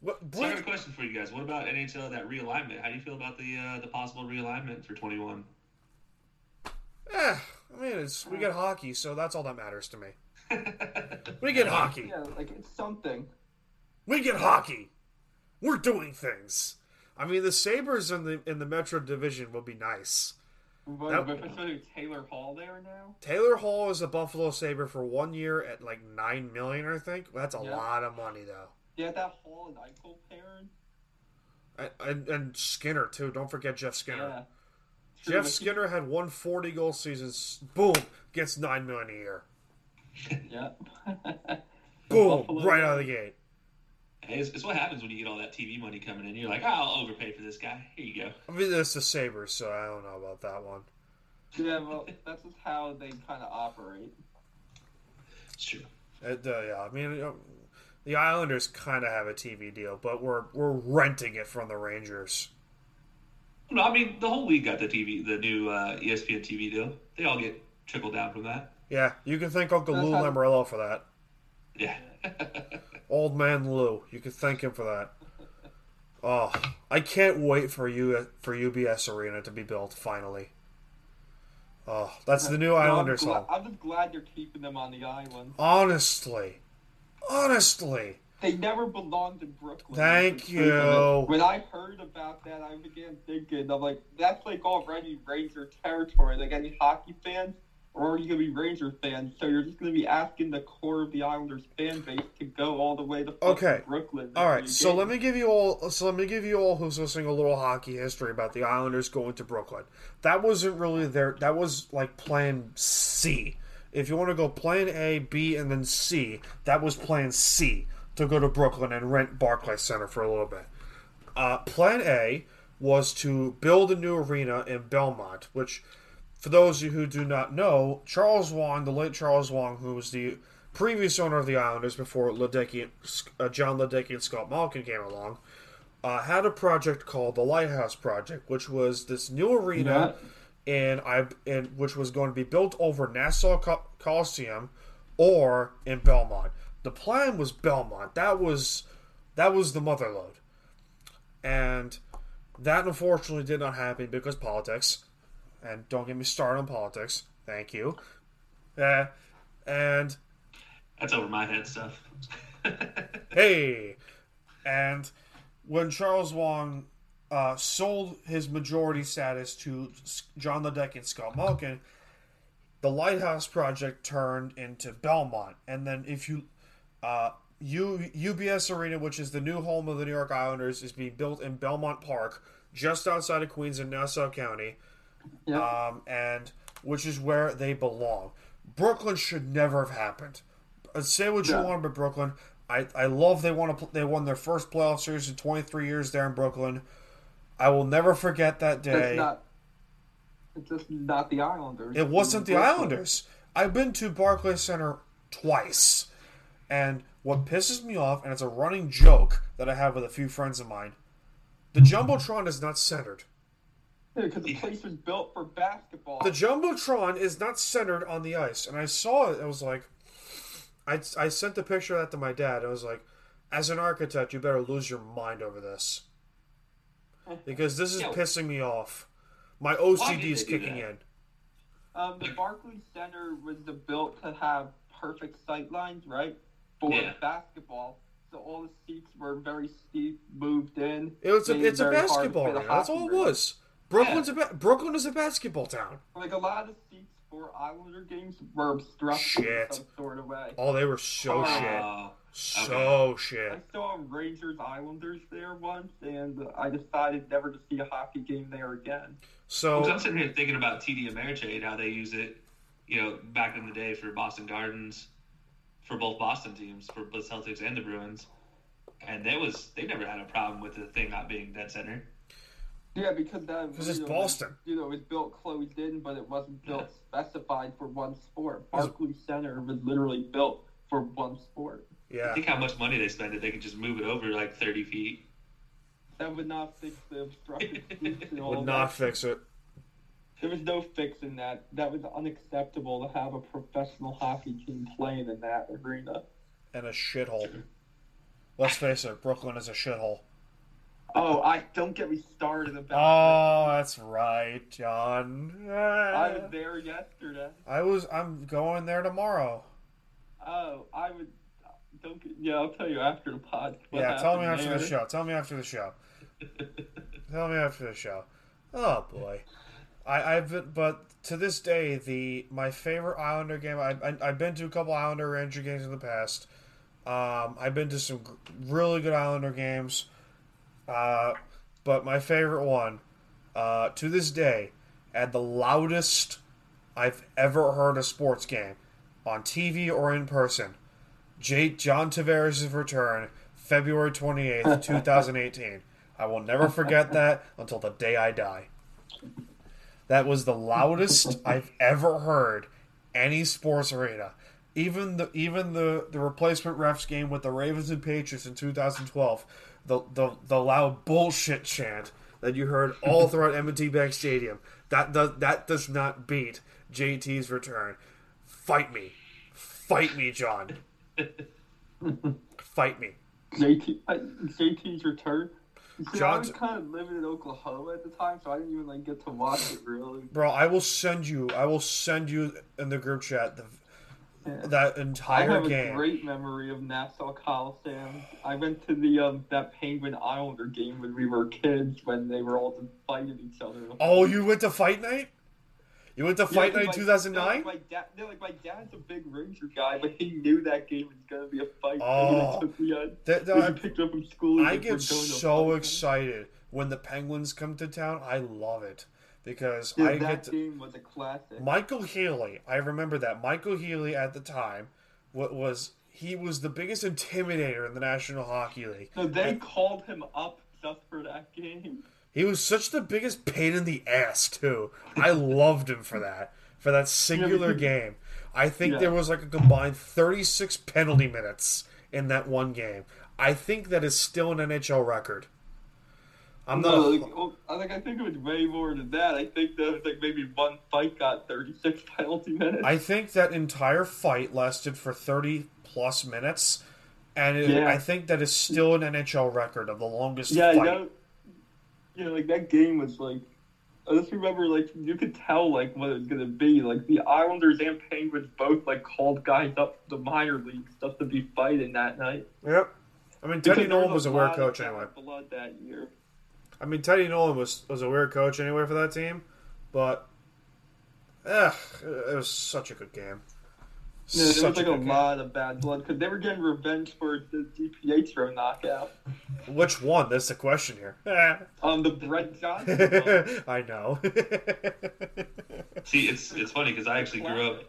S1: What,
S3: So I got a
S1: Blake,
S3: question for you guys. What about NHL that realignment? How do you feel about the uh, the possible realignment for 21?
S1: eh, I mean, it's, we get hockey, so that's all that matters to me. We get hockey.
S4: Yeah, like it's something.
S1: We get hockey. We're doing things. I mean, the Sabers in the in the Metro Division will be nice.
S4: But, but especially Taylor Hall there now.
S1: Taylor Hall is a Buffalo Saber for one year at like nine million, I think. That's a
S4: Yeah.
S1: lot of money, though.
S4: Yeah, that Hall and Eichel pairing.
S1: And- And, and Skinner too. Don't forget Jeff Skinner.
S4: Yeah. True,
S1: Jeff
S4: like,
S1: Skinner had one forty goal seasons. Boom, gets nine million a year.
S4: Yeah.
S1: Boom,
S4: Buffalo-
S1: right out of the gate.
S3: Hey, it's, it's what happens when you get all that TV money coming in. You're like, oh, I'll overpay for this guy. Here you go.
S1: I mean, it's the Sabers, so I don't know about that one.
S4: yeah, well, that's just how they kind of operate.
S3: It's true.
S1: It, uh, yeah, I mean, uh, the Islanders kind of have a TV deal, but we're we're renting it from the Rangers.
S3: No, I mean the whole league got the TV, the new uh, ESPN TV deal. They all get trickled down from that.
S1: Yeah, you can thank Uncle Lou
S4: That's how-
S1: Lamorello for that.
S3: Yeah.
S1: Old man Lou, you can thank him for that. Oh, I can't wait for you for UBS Arena to be built finally. Oh, that's the new Islander
S4: I'm, gla-
S1: song.
S4: I'm just glad you're keeping them on the island.
S1: Honestly, honestly,
S4: They never belonged in Brooklyn.
S1: Thank
S4: That's the truth of
S1: you.
S4: it. When I heard about that, I began thinking, I'm like, that's like already Ranger territory. Like any hockey fan, or are you gonna be Ranger fans? So you're just gonna be asking the core of the Islanders fan base to go all the way to fucking
S1: Okay.
S4: Brooklyn. to
S1: all
S4: see
S1: right.
S4: a
S1: So
S4: game.
S1: let me give you all. So let me give you all who's listening a little hockey history about the Islanders going to Brooklyn. That wasn't really their. That was like Plan C. If you want to go plan A, B, and then C, that was plan C to go to Brooklyn and rent Barclays Center for a little bit. Uh, plan A was to build a new arena in Belmont, which, for those of you who do not know, Charles Wong, the late Charles Wong, who was the previous owner of the Islanders before Ledecky, uh, John Ledecky and Scott Malkin came along, uh, had a project called the Lighthouse Project, which was this new arena, and I and which was going to be built over Nassau Col- Coliseum or in Belmont. The plan was Belmont. That was that was the mother lode, and that unfortunately did not happen because politics. And don't get me started on politics. Thank you. Uh, and
S3: That's over my head stuff.
S1: hey and when charles wong uh, sold his majority status to S- john ledeck and scott malkin the lighthouse project turned into belmont and then if you uh, U- ubs arena which is the new home of the new york islanders is being built in belmont park just outside of queens in nassau county
S4: Yeah.
S1: um, and which is where they belong. Brooklyn should never have happened. Uh, Say what you
S4: No.
S1: want about Brooklyn. I, I love they won a, pl- they won their first playoff series in 23 years there in Brooklyn. I will never forget that day.
S4: That's not. It's just not the Islanders.
S1: It wasn't the
S4: Brooklyn.
S1: Islanders. I've been to Barclays Center twice. And what pisses me off, and it's a running joke that I have with a few friends of mine, the Jumbotron is not centered.
S4: Yeah, because the place was built for basketball.
S1: the jumbotron is not centered on the ice and i saw it i was like i, I sent the picture of that to my dad i was like as an architect you better lose your mind over this because this is
S3: Yeah.
S1: pissing me off my
S3: Why
S1: ocd
S3: did
S1: is
S3: they do
S1: kicking
S3: that?
S1: in
S4: Um, the Barclays Center was the- built to have perfect sight lines, right, for
S3: Yeah.
S4: basketball. So all the seats were very steep, moved in.
S1: it was a,
S4: made it
S1: it's a
S4: very hard to
S1: basketball
S4: fit a
S1: arena. that's
S4: hockey
S1: all it
S4: rink.
S1: was brooklyn's a ba- brooklyn is a basketball town
S4: Like a lot of the seats for Islander games were obstructed
S1: Shit.
S4: in some sort of way.
S1: oh they were so
S4: Oh.
S1: shit
S3: Oh,
S1: so
S4: I
S1: shit
S4: saw Rangers Islanders there once, and I decided never to see a hockey game there again.
S1: so
S3: 'Cause I'm sitting here thinking about TD Ameritrade, how they use it, you know, back in the day for Boston Gardens, for both Boston teams, for the Celtics and the Bruins, and they was they never had a problem with the thing not being dead center.
S4: Yeah, because that
S1: 'Cause it's
S4: arena was,
S1: Boston.
S4: You know, it was built closed in, but it wasn't built specified for one sport.
S1: It's-
S4: Barclays Center was literally built for one sport.
S1: yeah
S3: Think how much money they spend if they could just move it over like 30 feet.
S4: That would not fix the obstructed seats and all
S1: would
S4: that.
S1: not fix it
S4: There was no fixing that. That was unacceptable to have a professional hockey team playing in that arena.
S1: and a shithole let's face it brooklyn is a shithole
S4: Oh, I don't get me started about.
S1: Oh, that's right, John.
S4: that. I was
S1: I
S4: there yesterday.
S1: was. I'm going there tomorrow.
S4: Oh, I would. Don't get, yeah, I'll tell you after the pod. what
S1: yeah, tell me
S4: happened
S1: after the
S4: there.
S1: show. Tell me after the show. tell me after the show. Oh boy, I, I've been, but to this day, the my favorite Islander game. I, I I've been to a couple Islander Ranger games in the past. Um, I've been to some gr- really good Islander games, uh, but my favorite one uh, to this day, at the loudest I've ever heard a sports game on TV or in person. J- John Tavares' return, February 28th, 2018. I will never forget that until the day I die. That was the loudest I've ever heard any sports arena. Even the even the, the replacement refs game with the Ravens and Patriots in 2012, the, the the loud bullshit chant that you heard all throughout M&T Bank Stadium. That does that does not beat JT's return. Fight me, fight me, John. fight me.
S4: JT, uh, JT's return. See, I
S1: John's-
S4: was kind of living in Oklahoma at the time, so I didn't even like get to watch it really.
S1: Bro, I will send you. I will send you in the group chat the, that
S4: I
S1: entire
S4: have
S1: game.
S4: a great memory of Nassau Coliseum. I went to the um, that Penguin Islander game when we were kids, when they were all fighting each other.
S1: Oh, you went to Fight Night? You went to
S4: Yeah,
S1: Fight
S4: 'cause
S1: Night
S4: my-
S1: 2009?
S4: No, like, my dad, no, like my dad's a big Ranger guy, but he knew that game was gonna be a fight.
S1: Oh.
S4: so he took me on.
S1: That- that-
S4: when he picked me up from school. he
S1: I
S4: was like, "We're
S1: get
S4: going to a
S1: so
S4: fight."
S1: excited when the Penguins come to town. I love it because
S4: Dude,
S1: I
S4: that
S1: get to,
S4: game was a classic.
S1: Michael Healy. I remember that Michael Healy at the time what was he was the biggest intimidator in the National Hockey League.
S4: So they called him up just for that game.
S1: He was such the biggest pain in the ass too. I loved him for that for that singular game. I think
S4: Yeah.
S1: there was like a combined 36 penalty minutes in that one game. I think that is still an NHL record. I'm not.
S4: No,
S1: a-
S4: like, oh, I like, I think it was way more than that. I think that was like maybe one fight got 36 penalty minutes.
S1: I think that entire fight lasted for 30 plus minutes, and it,
S4: Yeah.
S1: I think that is still an NHL record of the longest
S4: yeah,
S1: fight.
S4: I know. Yeah, like that game was like. I just remember, like you could tell, like what it was gonna be. Like the Islanders and Penguins both like called guys up to the minor leagues just to be fighting that night.
S1: Yep. I mean, Teddy
S4: Because there
S1: Nolan was a weird
S4: lot
S1: coach
S4: of
S1: anyway.
S4: bad Blood that year.
S1: I mean, Teddy Nolan was was a weird coach anyway for that team, but ugh, it was such a good game.
S4: Yeah, there was
S1: Such
S4: like
S1: a
S4: a
S1: good game.
S4: lot of bad blood because they were getting revenge for the DiPietro knockout.
S1: Which one? That's the question here.
S4: Um, the Brett Johnson. one.
S1: I know.
S3: See, it's it's funny because I actually grew up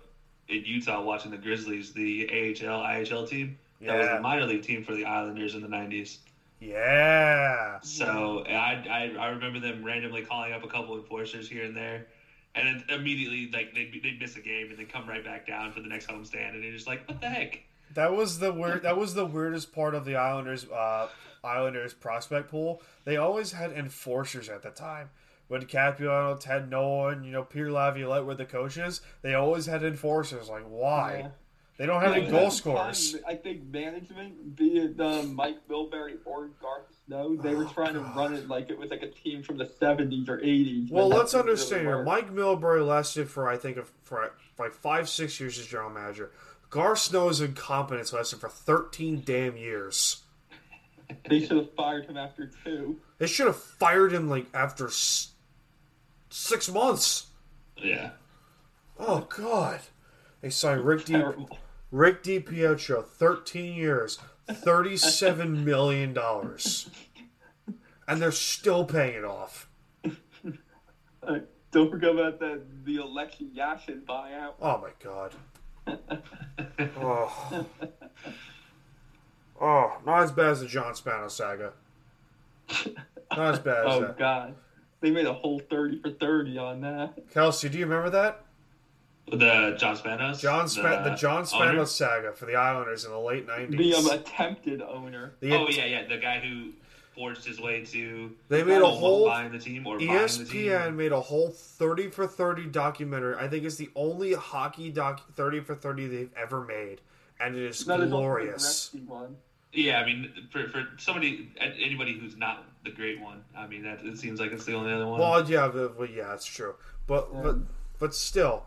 S3: in Utah watching the Grizzlies, the AHL IHL team. That was
S1: Yeah.
S3: the minor league team for the Islanders in the '90s.
S1: yeah.
S3: So and I, I I remember them randomly calling up a couple enforcers here and there, and then immediately like they'd, be- they'd miss a game and then come right back down for the next homestand, and you're just like, what the heck?
S1: That was the weird. That was the weirdest part of the Islanders. Uh, Islanders prospect pool. They always had enforcers at the time. When Capuano, Ted Nolan, you know Pierre Laviolette were the coaches, they always had enforcers. Like why?
S4: Yeah.
S1: They don't have
S4: Like,
S1: any
S4: at
S1: goal
S4: the
S1: scorers.
S4: time, I think management, be it um, Mike Milbury or Garth Snow, they
S1: Oh,
S4: were trying to run it like it was like a team from the 70s or 80s.
S1: Well,
S4: That
S1: let's
S4: didn't really
S1: understand here.
S4: work.
S1: Mike Milbury lasted for I think for like five six years as general manager. Gar Snow's incompetence lasted for thirteen damn years.
S4: They should have fired him after two.
S1: They should have fired him like after s- six months.
S3: Yeah.
S1: Oh God! They signed Rick D.
S4: Terrible.
S1: Rick D. Pietro, thirteen years, thirty-seven million dollars, and they're still paying it off.
S4: Uh, don't forget about that the election Yashin buyout.
S1: Oh my God! Oh, oh, not as bad as the John Spano saga. Not as bad as
S4: Oh
S1: that.
S4: God, they made a whole 30 for 30 on that.
S1: Kelsey, do you remember that
S3: The John Spanos.
S1: John Spa- the, John Spano
S3: owner?
S1: saga for the Islanders in the late
S4: The um,
S1: nineties?
S4: attempted owner.
S3: Oh yeah, yeah. The guy who forged his way to
S1: They made a
S3: almost
S1: whole E
S3: buying the team or buying the team.
S1: ESPN made a whole 30 for 30 documentary. I think it's the only hockey doc 30 for 30 they've ever made, and it is
S4: No, there's also the
S1: glorious.
S4: Gretzky one.
S3: Yeah, I mean, for, for somebody, an- anybody who's not the great one, I mean, that it seems like it's the only other one.
S1: Well, yeah, but, but yeah, it's true. But but but still,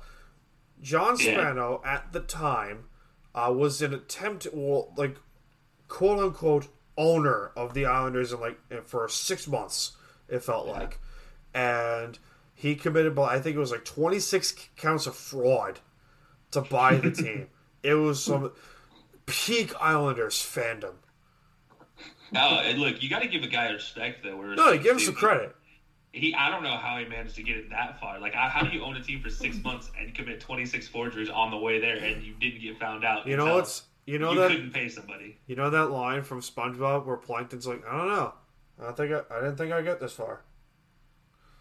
S1: John
S3: Yeah.
S1: Spano at the time uh, was an attempt, well, like quote unquote owner of the Islanders in like for six months. It felt like, and he committed, but I think it was like twenty six counts of fraud to buy the team. it was some peak Islanders fandom.
S3: no, and look, you got to give a guy respect though. Where
S1: No, give him some credit.
S3: He, I don't know how he managed to get it that far. Like, I, how do you own a team for
S1: Hmm.
S3: six months and commit twenty six forgeries on the way there, and you didn't get found out?
S1: You know
S3: until
S1: what's you know
S3: you
S1: that
S3: couldn't pay somebody.
S1: You know that line from SpongeBob where Plankton's like, "I don't know, I don't think I, I didn't think I get this far."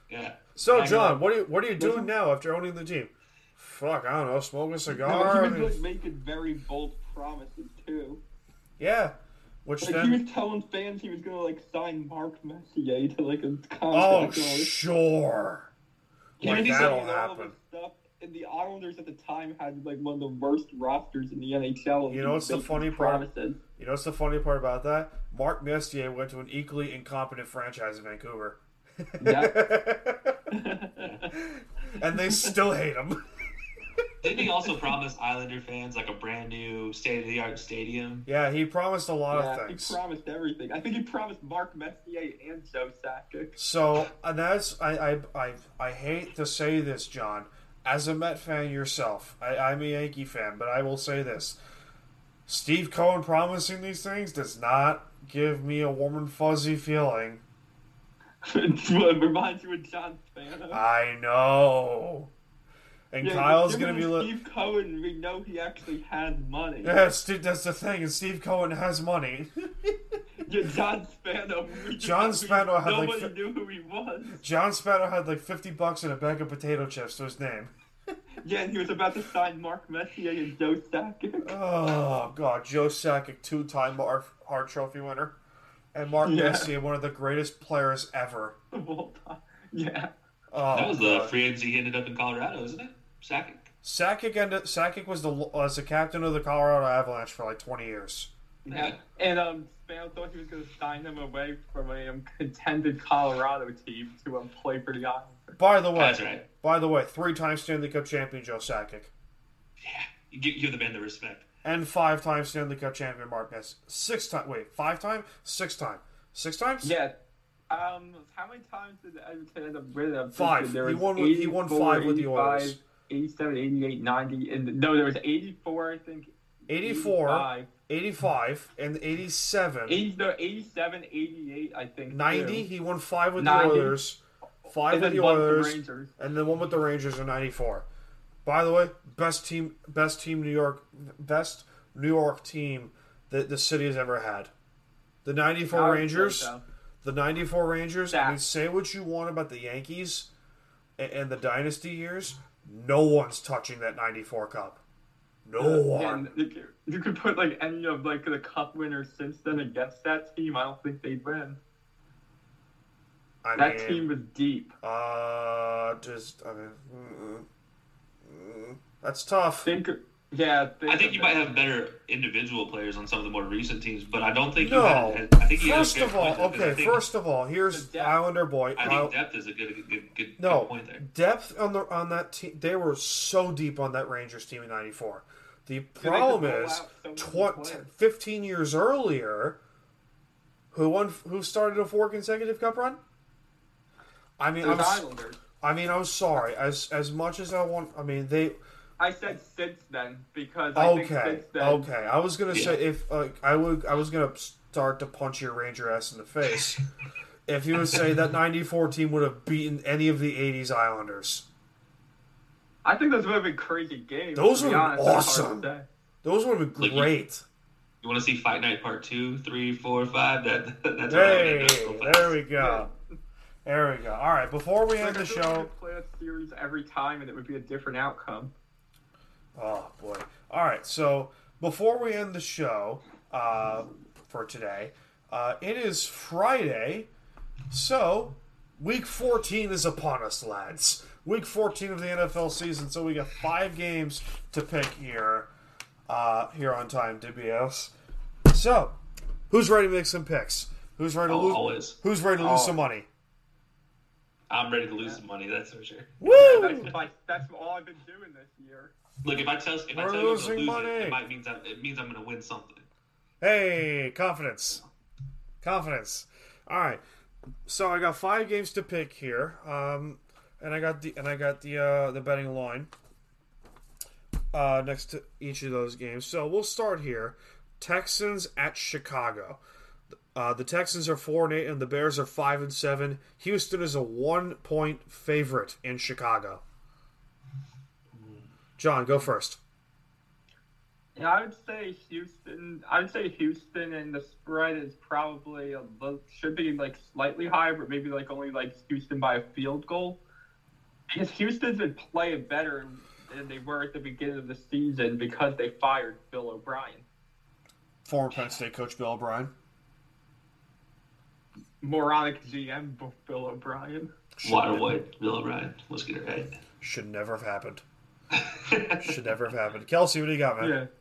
S3: Yeah.
S1: So,
S3: I
S1: John, what are you what are you doing now after owning the team? Fuck, I don't know, smoke a cigar.
S4: No, he
S1: I
S4: was
S1: mean,
S4: like making very bold promises too.
S1: yeah, which
S4: Like he
S1: then
S4: was telling fans he was gonna like sign Mark Messier to like a contract.
S1: oh
S4: and all this.
S1: sure,
S3: Yeah,
S1: like
S3: he
S4: He's
S1: that'll
S4: saying all of
S1: happen.
S4: this Stuff. And the Islanders at the time had like one of the worst rosters in the NHL. and
S1: You know
S4: he
S1: what's the
S4: made
S1: funny
S4: these
S1: part?
S4: promises.
S1: You know what's the funny part about that? Mark Messier went to an equally incompetent franchise in Vancouver,
S4: Yeah.
S1: and they still hate him.
S3: Didn't he also promise Islander fans like a brand new state of the art stadium?
S1: yeah, he promised a lot
S4: Yeah,
S1: of
S4: he
S1: things.
S4: promised everything. I think he promised Mark Messier and Joe Sakic.
S1: So and that's I, I I I hate to say this, John. As a Met fan yourself, I, I'm a Yankee fan, but I will say this: Steve Cohen promising these things does not give me a warm and fuzzy feeling.
S4: it reminds you of John Thanos.
S1: I know. And Uh, Kyle's
S4: given
S1: gonna be
S4: to
S1: look.
S4: Steve Cohen, we know he actually has money.
S1: Yeah, Steve, that's the thing. And Steve Cohen has money.
S4: Yeah, John Spano. we-
S1: John Spano had, like,
S4: nobody
S1: fi-
S4: knew who he was.
S1: John Spano had like fifty bucks and a bag of potato chips to his name.
S4: Yeah, and he was about to sign Mark Messier and Joe Sakic.
S1: Oh God, Joe Sakic, two-time Har- Hart Trophy winner, and Mark
S4: Yeah.
S1: Messier, one of the greatest players ever.
S4: of all time. Yeah.
S1: Oh,
S3: That was the
S1: God.
S3: free agency he ended up in Colorado, isn't it? Sakic.
S1: Sakic ended. Sakic was the was the captain of the Colorado Avalanche for like twenty years.
S3: Yeah.
S4: And um, Spano thought he was going to sign him away from a um, contended Colorado team to um, play for the Islanders.
S1: By the way,
S3: That's right.
S1: by the way, three-time Stanley Cup champion Joe Sakic
S3: Yeah. You give, give the man the respect.
S1: and five-time Stanley Cup champion Mark Mess. Six-time, wait, five-time, six-time, six times.
S4: Yeah. Um, how many times did Edmonton end up winning? I'm
S1: Five.
S4: thinking There
S1: He
S4: was
S1: won with- he won
S4: 84,
S1: five with the Oilers.
S4: 85, 87, 88, 90, and no, there was 84, I think.
S1: 84,
S4: 85,
S1: 85, and 87.
S4: 80, no, 87, 88, I think. too.
S1: 90, he won five with
S4: 90.
S1: the Oilers, five
S4: And
S1: with
S4: then
S1: the
S4: one with the
S1: Oilers,
S4: Rangers.
S1: and then one with the Rangers in '94. By the way, best team, best team New York, best New York team that the city has ever had. The '94
S4: I would say
S1: Rangers,
S4: so.
S1: the '94 Rangers. I
S4: That-
S1: mean, say what you want about the Yankees and, and the dynasty years, no one's touching that '94 Cup. No
S4: And
S1: one.
S4: you could- you could put like any of like the cup winners since then against that team. I don't think they'd win.
S1: I
S4: That
S1: mean,
S4: team was deep.
S1: uh, just I mean, mm, mm, that's tough.
S4: Think, yeah. Think
S3: I think
S4: of
S3: you
S4: it.
S3: might have better individual players on some of the more recent teams, but I don't think
S1: No.
S3: you had. I think you had a
S1: First
S3: fair
S1: of all,
S3: point there, 'cause I
S1: okay.
S3: think-
S1: First of all, here's
S4: The depth.
S1: Islander boy.
S3: I
S1: I'll-
S3: think depth is a good, good, good, good
S1: no
S3: point there.
S1: depth on the on that team. They were so deep on that Rangers team in '94. The problem
S4: roll
S1: is,
S4: out so many
S1: tw-
S4: players.
S1: 15 years earlier, who won? Who started a four consecutive Cup run? I mean,
S4: Those
S1: I'm, s-
S4: Islanders.
S1: I mean, I'm sorry. As as much as I want, I mean, they
S4: I said since then because I think
S1: Okay.
S4: since then.
S1: Okay. I was gonna say
S3: Yeah.
S1: if like I would, I was gonna start to punch your Ranger ass in the face if you would say that '94 team would have beaten any of the '80s Islanders.
S4: I think those would have been crazy games.
S1: Those
S4: to be
S1: were
S4: honest. It's hard
S1: awesome.
S4: to say.
S1: Those would have been
S3: Like, you-
S1: great.
S3: You want to see Fight Night Part Two, Three, Four, Five? That that's how that
S1: Hey,
S3: would end up.
S1: there we go. There we go. All right. Before we end
S4: Like, I
S1: the
S4: feel like we
S1: show,
S4: could Play a series every time, and it would be a different outcome.
S1: Oh boy! All right, so before we end the show uh, for today, uh, it is Friday, so week fourteen is upon us, lads. Week fourteen of the NFL season, so we got five games to pick here, uh, here on time DBS. So, who's ready to make some picks? Who's ready to
S3: Oh,
S1: lose?
S3: always.
S1: Who's ready to lose some money?
S3: I'm ready to lose some money. That's for sure.
S1: Woo!
S4: That's, my, that's all I've been doing this year.
S3: Look, if I tell if
S1: We're
S3: I tell you I'm
S1: losing
S3: gonna lose
S1: money.
S3: it, it might means I, it means I'm gonna win something.
S1: Hey, confidence. Confidence. All right. So I got five games to pick here. Um and I got the and I got the uh the betting line uh next to each of those games. So we'll start here. Texans at Chicago. Uh, the Texans are four and eight, and the Bears are five and seven. Houston is a one-point favorite in Chicago. John, go first.
S4: Yeah, I would say Houston. I would say Houston, and the spread is probably a little, should be like slightly higher, but maybe like only like Houston by a field goal. Because Houston's been playing better than they were at the beginning of the season because they fired Bill O'Brien.
S1: Former Penn State coach Bill O'Brien.
S4: Moronic GM Bill O'Brien.
S3: Waterboy, Bill O'Brien, let's get it right.
S1: Should never have happened. Should never have happened. Kelsey, what do you got, man?
S4: Yeah.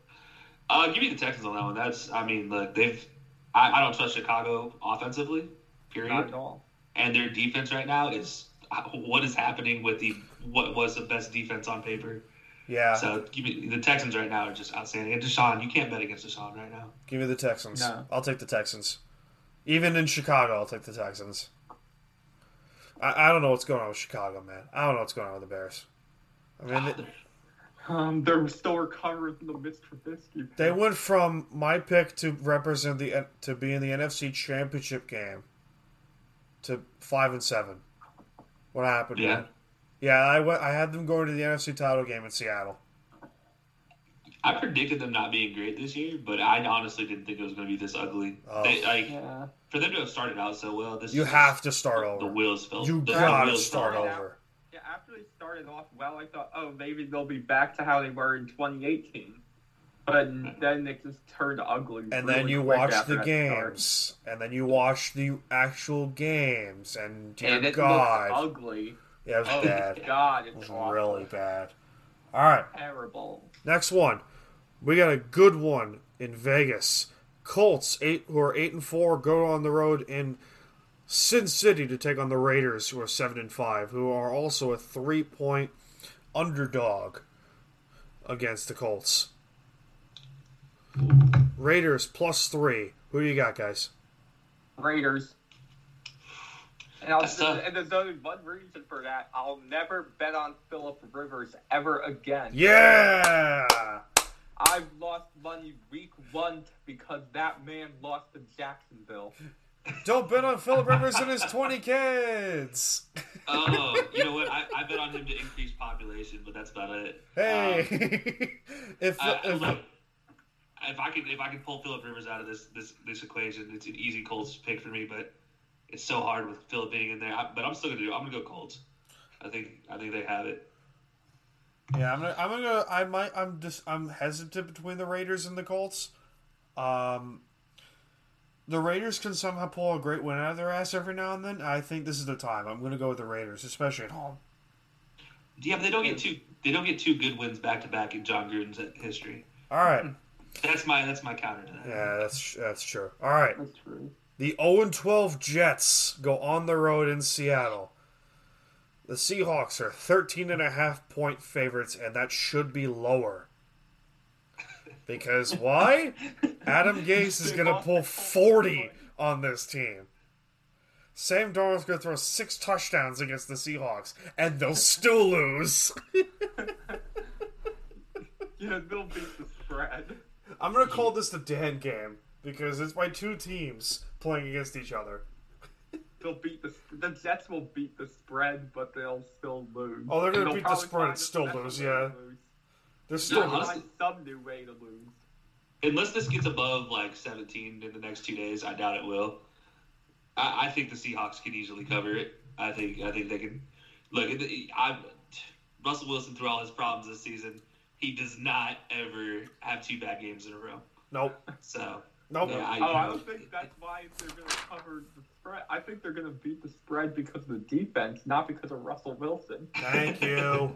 S3: Uh, give me the Texans on that one. That's I mean, look, they've I, I don't trust Chicago offensively,
S4: Not
S3: period.
S4: at all.
S3: And their defense right now is what is happening with the what was the best defense on paper.
S1: Yeah,
S3: So give me the Texans right now are just outstanding. And Deshaun, you can't bet against Deshaun right now.
S1: give me the Texans.
S4: No.
S1: I'll take the Texans. Even in Chicago, I'll take the Texans. I, I don't know what's going on with Chicago, man. I don't know what's going on with the Bears. I mean, they,
S4: Um, they're still recovering from the Mitch Trubisky.
S1: they
S3: Ah.
S1: went from my pick to represent the to be in the NFC Championship game to five and seven. What happened?
S3: Yeah.
S1: yeah. I went. I had them going to the NFC title game in Seattle.
S3: I predicted them not being great this year, but I honestly didn't think it was going to be this ugly.
S1: Oh.
S3: They, like
S4: Yeah.
S3: for them to have started out so well, this
S1: You
S3: is
S1: have to start
S3: just- the
S1: over.
S3: wheels fell.
S1: You
S3: the,
S1: gotta
S3: the wheels
S1: start
S3: fell.
S4: fell out.
S1: over.
S4: Yeah, after they started off well, I thought, oh, maybe they'll be back to how they were in 2018. But then it just turned ugly.
S1: And
S4: really
S1: then you
S4: quick
S1: watch
S4: after
S1: the
S4: that start.
S1: games, and then you watch the actual games, and dear
S4: And it
S1: God,
S4: looks ugly.
S1: yeah, it was
S3: Oh,
S1: bad.
S4: God,
S1: It
S4: it's
S1: was
S4: awful.
S1: really bad. All right,
S4: terrible.
S1: next one. We got a good one in Vegas. Colts eight who are eight and four go on the road in Sin City to take on the Raiders who are seven and five, who are also a three point underdog against the Colts. Raiders plus three. Who do you got, guys?
S4: Raiders. And, I'll,
S3: That's tough.
S4: and there's only one reason for that. I'll never bet on Philip Rivers ever again.
S1: Yeah.
S4: I've lost money week one because that man lost to Jacksonville.
S1: Don't bet on Philip Rivers and his twenty kids.
S3: Oh, you know what? I, I bet on him to increase population, but that's about it.
S1: Hey,
S3: Um,
S1: if,
S3: I, I-
S1: if
S3: uh, look, if I could if I could pull Philip Rivers out of this this this equation, it's an easy Colts pick for me. But it's so hard with Philip being in there. I, but I'm still gonna do. I'm gonna go Colts. I think I think they have it.
S1: Yeah, I'm gonna, I'm gonna, I might, I'm just, I'm hesitant between the Raiders and the Colts. Um, the Raiders can somehow pull a great win out of their ass every now and then. I think this is the time. I'm gonna go with the Raiders, especially at home.
S3: Yeah, but they don't get two. They don't get two good wins back to back in John Gruden's history.
S1: All right.
S3: That's my that's my counter to that.
S1: Yeah, that's that's true. All right.
S4: That's true.
S1: The 0 and 12 Jets go on the road in Seattle. The Seahawks are 13 and a half point favorites, and that should be lower. Because why? Adam Gase is going to pull 40 on this team. Sam Darnold's going to throw six touchdowns against the Seahawks, and they'll still lose.
S4: Yeah, they'll beat the spread.
S1: I'm going to call this the Dan game because it's my two teams playing against each other.
S4: They'll beat the the Jets will beat the spread, but they'll still lose.
S1: Oh, they're gonna
S4: And they'll
S1: beat the
S4: probably
S1: spread and
S4: find a
S1: still
S4: special
S1: lose,
S4: way to
S1: yeah.
S4: lose.
S1: They're
S4: They'll
S1: still
S3: Yeah, honestly-
S4: find some new way to lose.
S3: Unless this gets above like 17 in the next two days, I doubt it will. I, I think the Seahawks can easily cover it. I think I think they can. Look, it- I Russell Wilson through all his problems this season, he does not ever have two bad games in a row.
S1: Nope.
S3: So
S1: Nope.
S3: yeah, I,
S4: Oh, I don't think that's why they're going to cover the spread. I think they're going to beat the spread because of the defense, not because of Russell Wilson.
S1: Thank you.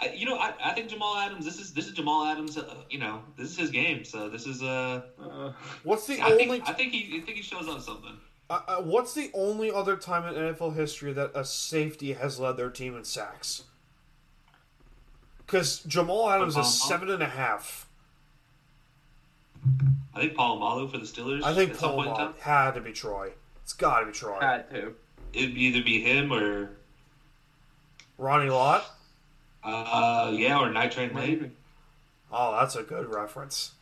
S3: I- you know, I, I think Jamal Adams. This is this is Jamal Adams. Uh, you know, this is his game. So this is uh,
S4: Uh,
S1: What's the
S3: I
S1: only?
S3: think I think he I think he shows on something.
S1: uh, uh, what's the only other time in NFL history that a safety has led their team in sacks? Because Jamal Adams
S3: Paul
S1: is
S3: Malu?
S1: seven and a half.
S3: I think Paul Malu for the Steelers.
S1: I think
S3: at some
S1: Paul
S3: point in time,
S1: Malu had to be Troy. It's got to be Troy.
S4: had to.
S3: it'd either be him or
S1: Ronnie Lott.
S3: Uh, yeah, or Night Train Late.
S4: Maybe.
S1: Oh, that's a good reference.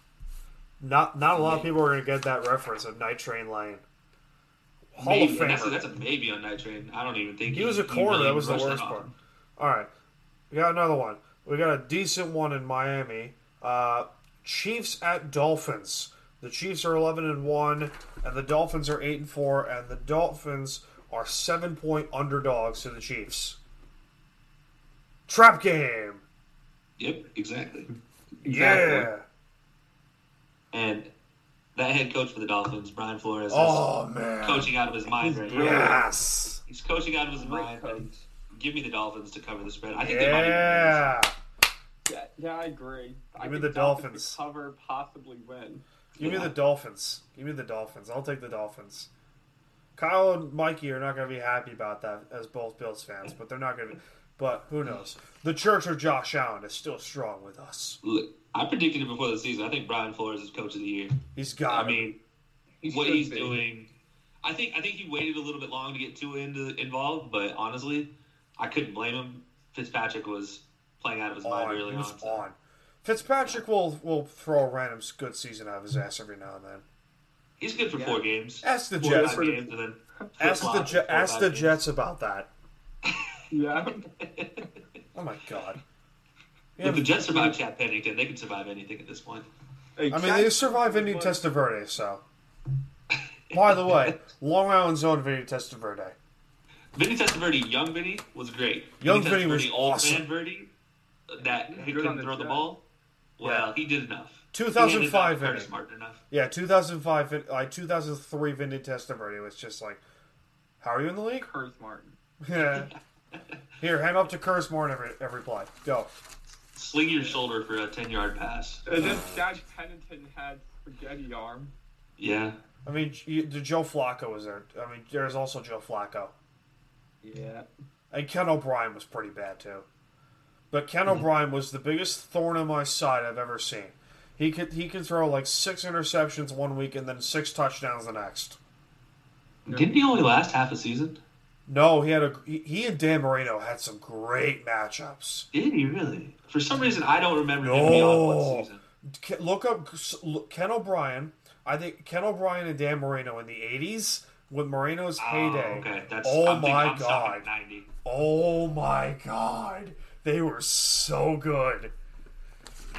S1: Not not a lot of people are gonna get that reference of Night Train Lane. Hall
S3: Maybe.
S1: of
S3: And That's, a,
S1: Famer.
S3: that's a maybe on Night Train. I don't even think
S1: He was a corner.
S3: really
S1: that was the
S3: rushed
S1: worst
S3: off.
S1: part. All right, we got another one. We got a decent one in Miami. Uh, Chiefs at Dolphins. The Chiefs are eleven and one, and the Dolphins are eight and four, and the Dolphins are seven point underdogs to the Chiefs. Trap game.
S3: Yep, exactly.
S1: Yeah.
S3: And that head coach for the Dolphins, Brian Flores,
S1: Oh
S3: is
S1: man.
S3: coaching out of his mind right now.
S1: Yes.
S3: He's coaching out of his
S4: Great
S3: mind.
S4: coach.
S3: Give me the Dolphins to cover the spread. I think they might. Even
S1: Yeah.
S4: Yeah, yeah, I agree. I
S1: Give me
S4: think
S1: the Dolphins.
S4: could cover, possibly win.
S1: Give me the Dolphins. Give me the Dolphins. I'll take the Dolphins. Kyle and Mikey are not going to be happy about that as both Bills fans, but they're not going to be. But who knows? The Church of Josh Allen is still strong with us.
S3: Look, I predicted it before the season. I think Brian Flores is coach of the year.
S1: He's got.
S3: I mean,
S4: He
S3: what
S4: should
S3: he's
S4: be.
S3: doing. I think I think he waited a little bit long to get too into involved, but honestly, I couldn't blame him. Fitzpatrick was playing out of his mind
S1: on.
S3: early
S1: Oh, He
S3: on.
S1: was
S3: so-
S1: on. Fitzpatrick will will throw a random good season out of his ass every now and then.
S3: He's good for
S4: Yeah.
S3: four games.
S1: That's the
S3: Four or
S1: Jets.
S3: five games, and then
S1: Ask the
S3: Flip-flop.
S1: Je- ask the
S3: Flip-flop.
S1: Jets about that.
S4: Yeah.
S1: Oh my god.
S3: If the Jets survive Chad Pennington, they can survive anything at this point.
S4: Hey,
S1: I mean,
S4: Cat-
S1: they survived Indy Testa Verde, so. By the way, Long Island's own Vinny Testa Verde.
S3: Vinny Testaverde, young Vinny, was great.
S1: Young Vinny was
S3: Testaverde, old
S1: awesome.
S3: man Verdi, that he
S4: Good
S3: couldn't
S4: on the
S3: throw the
S4: Jets.
S3: ball. Well, he did enough.
S1: 2005
S3: He handed it off to Curtis
S1: Vinny.
S3: Martin enough.
S1: Yeah, 2005, Vin- like 2003 Vinny Testa Verde was just like, how are you in the league?
S4: Curtis Martin.
S1: Yeah. Here, hand off to Curtis Moore in every, every play. Go.
S3: Sling your shoulder for a ten-yard pass.
S1: Uh,
S4: And then Chad Pennington had spaghetti arm.
S3: Yeah,
S1: I mean, you, the Joe Flacco was there. I mean, there's also Joe Flacco.
S4: Yeah.
S1: And Ken O'Brien was pretty bad too. But Ken O'Brien was the biggest thorn in my side I've ever seen. He could he could throw like six interceptions one week and then six touchdowns the next.
S3: didn't he only last half a season?
S1: No, he had a he, he and Dan Marino had some great matchups.
S3: Did he really? For some reason, I don't remember
S1: No.
S3: him beyond one season.
S1: Ke- Look up look- Ken O'Brien. I think Ken O'Brien and Dan Marino in the '80s with Marino's heyday.
S3: Oh, okay, that's.
S1: oh
S3: I'm thinking-
S1: my
S3: I'm stopping
S1: god!
S3: at Ninety.
S1: Oh my god! They were so good.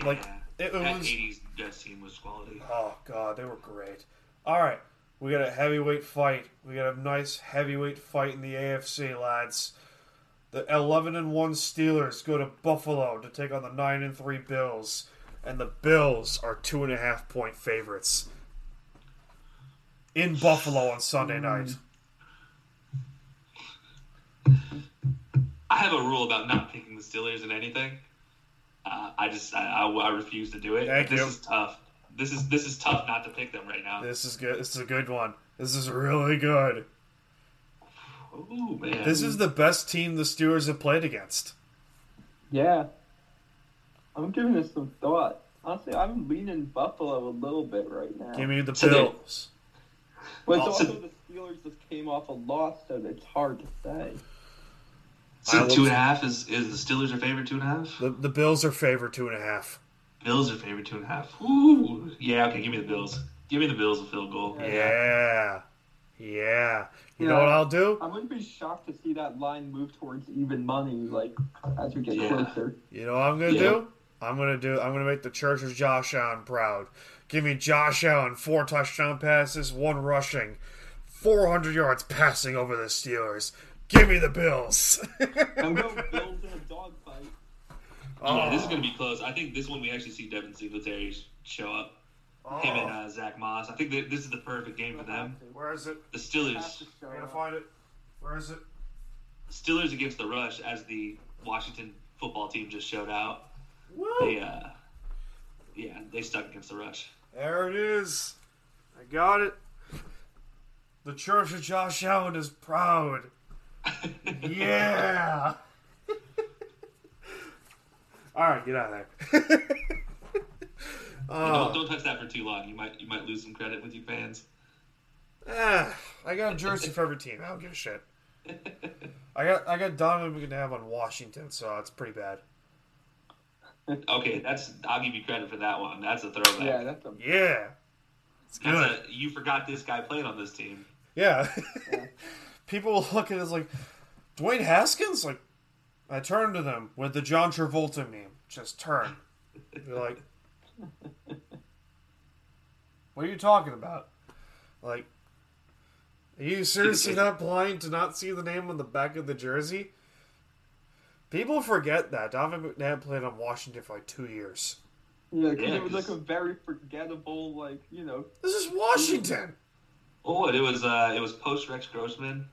S1: Like
S3: Yeah.
S1: it, it
S3: that
S1: was.
S3: '80s Jets team was quality.
S1: Oh god, they were great. All right, we got a heavyweight fight. We got a nice heavyweight fight in the AFC, lads. The 11 and 1 Steelers go to Buffalo to take on the 9 and 3 Bills, and the Bills are two and a half point favorites in Buffalo on Sunday night.
S3: I have a rule about not picking the Steelers in anything. Uh, I just I, I, I refuse to do it.
S1: Thank
S3: this
S1: you.
S3: is tough. This is this is tough not to pick them right now.
S1: This is good. This is a good one. This is really good.
S3: Oh man,
S1: This is the best team the Steelers have played against.
S4: Yeah. I'm giving this some thought. Honestly, I'm leaning Buffalo a little bit right now.
S1: Give me the
S3: So they-
S1: Bills.
S4: but it's
S3: also-
S4: also the Steelers just came off a loss, so it's hard to
S1: I
S4: say.
S3: so
S1: will-
S3: two and a half is is the Steelers are favored two and a half.
S1: The, the Bills are favored two and a half.
S3: Bills are favored two and a half. Ooh, yeah. Okay, give me the Bills. Give me the Bills a field goal.
S1: Yeah. Yeah. You know
S4: Yeah.
S1: what I'll do?
S4: I wouldn't be shocked to see that line move towards even money, like as we get
S3: Yeah.
S4: closer.
S1: You know what I'm gonna
S3: Yeah.
S1: do? I'm gonna do I'm gonna make the Church's Josh Allen proud. Give me Josh Allen, four touchdown passes, one rushing, four hundred yards passing over the Steelers. Give me the Bills.
S4: I'm going Bills in a dogfight.
S3: Yeah,
S1: Oh.
S3: this is gonna be close. I think this one we actually see Devin Singletary show up. Him
S1: Oh.
S3: and uh, Zach Moss. I think that this is the perfect game for them.
S1: Where is it?
S3: The
S4: Have to
S3: Steelers.
S4: show
S1: I'm gonna
S4: up.
S1: find it. Where is it?
S3: Steelers against the rush as the Washington football team just showed out.
S1: Woo!
S3: They, uh, yeah, they stuck against the rush.
S1: There it is. I got it. The Church of Josh Allen is proud. Yeah. All right, get out of there.
S3: Oh, don't, don't touch that for too long. You might you might lose some credit with you fans.
S1: Ah, I got a jersey for every team. I don't give a shit. I got I got Donovan McNabb on Washington, so it's pretty bad.
S3: Okay, that's I'll give you credit for that one. That's a throwback.
S4: Yeah, that's a
S1: Yeah, it's
S3: that's
S1: good.
S3: a, you forgot this guy played on this team.
S1: Yeah. People will look at it as like Dwayne Haskins? Like I turn to them with the John Travolta meme. Just turn. They're like What are you talking about? Like Are you seriously not blind to not see the name on the back of the jersey? People forget that. Donovan McNabb played on Washington for like two years.
S4: yeah, 'cause
S3: Yeah,
S4: it was like
S3: 'cause-
S4: a very forgettable, like you know,
S1: This is Washington.
S3: Oh, and it was uh, it was post Rex Grossman.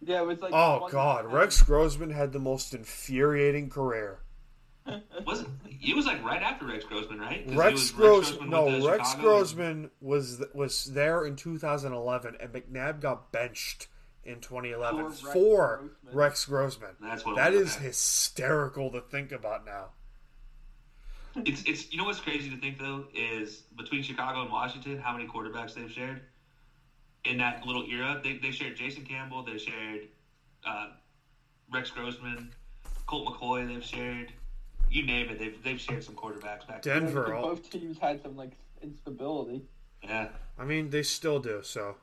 S4: yeah, it was like.
S1: Oh
S4: one-
S1: god, Rex Grossman had the most infuriating career.
S3: Was it? It was like right after Rex Grossman, right? 'Cause it
S1: Rex
S3: was
S1: Gross,
S3: Grossman went
S1: no,
S3: to
S1: Rex
S3: Chicago
S1: Grossman was th- was there in 2011, and McNabb got benched in 2011
S4: For Rex
S1: for
S4: Grossman.
S1: Rex Grossman.
S3: and That's what
S1: That
S3: it was,
S1: is
S3: okay.
S1: hysterical to think about now.
S3: It's it's you know what's crazy to think though is between Chicago and Washington, how many quarterbacks they've shared in that little era. They they shared Jason Campbell, they shared uh, Rex Grossman, Colt McCoy. They've shared you name it. They've they've shared some quarterbacks back. then.
S1: Denver, oh, all-
S4: Both teams had some like instability.
S3: Yeah,
S1: I mean, they still do. So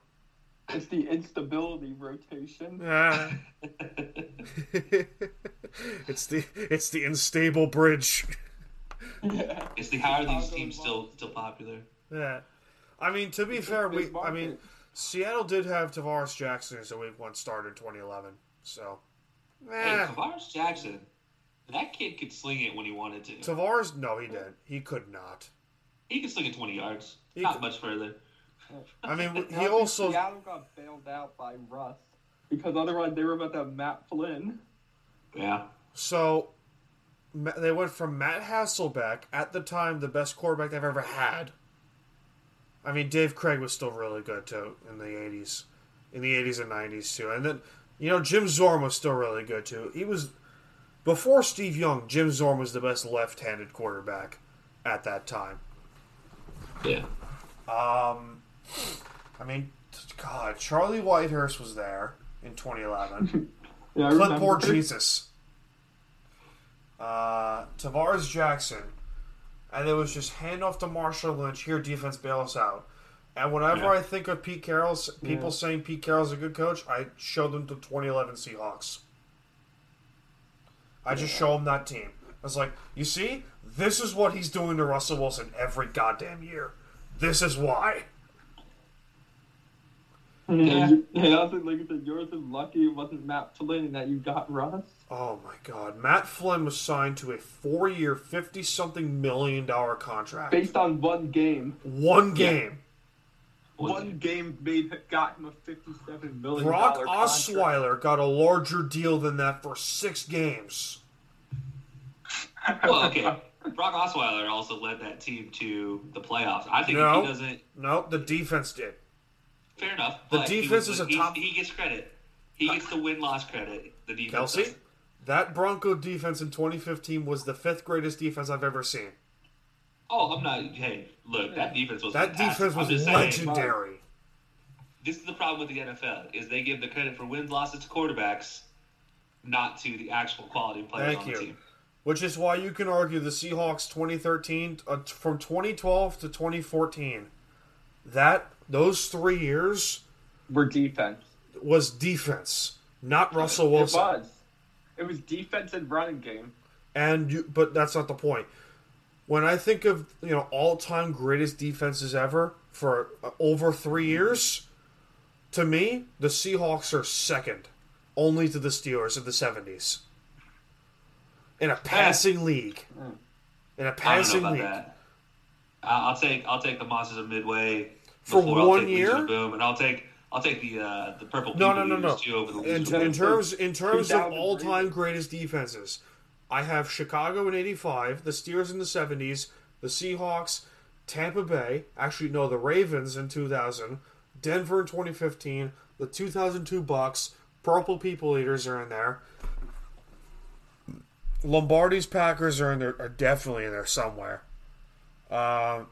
S4: It's the instability rotation.
S1: Ah. it's the it's the unstable bridge.
S4: Yeah.
S3: It's the how are these
S4: Chicago
S3: teams
S4: Bulls.
S3: still still popular?
S1: Yeah. I mean, to be fair, we
S4: big
S1: I mean,
S4: market.
S1: Seattle did have Tavares Jackson as a week one starter in 2011. So,
S3: Hey,
S1: eh.
S3: Tavares Jackson, that kid could sling it when he wanted to.
S1: Tavares, no, he didn't. He could not.
S3: he could sling it twenty yards,
S1: He
S3: not
S1: could-
S3: much further.
S1: I mean, he
S4: Now,
S1: also
S4: Seattle got bailed out by Russ because otherwise they were about to have Matt Flynn.
S3: Yeah,
S1: So Ma- they went from Matt Hasselbeck, at the time the best quarterback they've ever had. I mean, Dave Craig was still really good too in the '80s, in the '80s and '90s too. And then, you know, Jim Zorn was still really good too. He was before Steve Young. Jim Zorn was the best left-handed quarterback at that time.
S3: yeah.
S1: Um, I mean, t- God, Charlie Whitehurst was there in 2011.
S4: Yeah, I
S1: Clipboard
S4: remember.
S1: Jesus. Uh, Tavares Jackson. And it was just hand off to Marshall Lynch. Here, defense bail us out. And whenever
S3: Yeah.
S1: I think of Pete Carroll's people
S4: Yeah.
S1: saying Pete Carroll's a good coach, I show them the 2011 Seahawks. I just show them that team. I was like, you see, this is what he's doing to Russell Wilson every goddamn year. This is why.
S4: Yeah, yeah. I was like, I said, yours is lucky it wasn't Matt Flynn that you got Russ.
S1: Oh my God! Matt Flynn was signed to a four-year, fifty-something million dollar contract.
S4: Based on one game,
S1: One game.
S4: one game made got him a fifty-seven million.
S1: Brock
S4: dollar contract.
S1: Osweiler got a larger deal than that for six games.
S3: Well, okay. Brock Osweiler also led that team to the playoffs. I think
S1: No.
S3: if he doesn't,
S1: No, the defense did.
S3: fair enough.
S1: The
S3: but he
S1: defense is a
S3: he-
S1: top-
S3: He gets credit. He gets the win loss credit. The defense.
S1: Kelsey,
S3: does.
S1: that Bronco defense in 2015 was the fifth greatest defense I've ever seen.
S3: Oh, I'm not. Hey, look, that defense was
S1: That
S3: fantastic.
S1: defense
S3: I'm
S1: was
S3: just saying,
S1: legendary.
S3: This is the problem with the NFL is they give the credit for wins losses to quarterbacks, not to the actual quality of players
S1: Thank
S3: on the
S1: you.
S3: team.
S1: Which is why you can argue the Seahawks 2013 uh, t- from 2012 to 2014. That those three years
S4: We're defense.
S1: was defense, not Russell
S4: It
S1: Wilson.
S4: was. It was defense and running game.
S1: and you but that's not the point when i think of you know all-time greatest defenses ever for uh, over three years to me the seahawks are second only to the steelers of the 70s in a passing league in a
S3: Hmm. I don't
S1: passing
S3: know about
S1: league
S3: that. I- I'll take I'll take the monsters of midway
S1: For
S3: before, I'll
S1: one
S3: take Legion
S1: year?
S3: of boom, and I'll take I'll take the uh, the purple
S1: no no
S3: People
S1: no
S3: Eaters, too over
S1: no
S3: the
S1: in,
S3: Legion of
S1: in
S3: Boom.
S1: terms in terms of
S4: 2003.
S1: all-time greatest defenses i have chicago in 85 the steelers in the 70s the seahawks Tampa Bay, actually no, the Ravens in 2000, Denver in 2015, the 2002 Bucks, Purple People Eaters are in there. Lombardi's Packers are in there, are definitely in there somewhere. Um,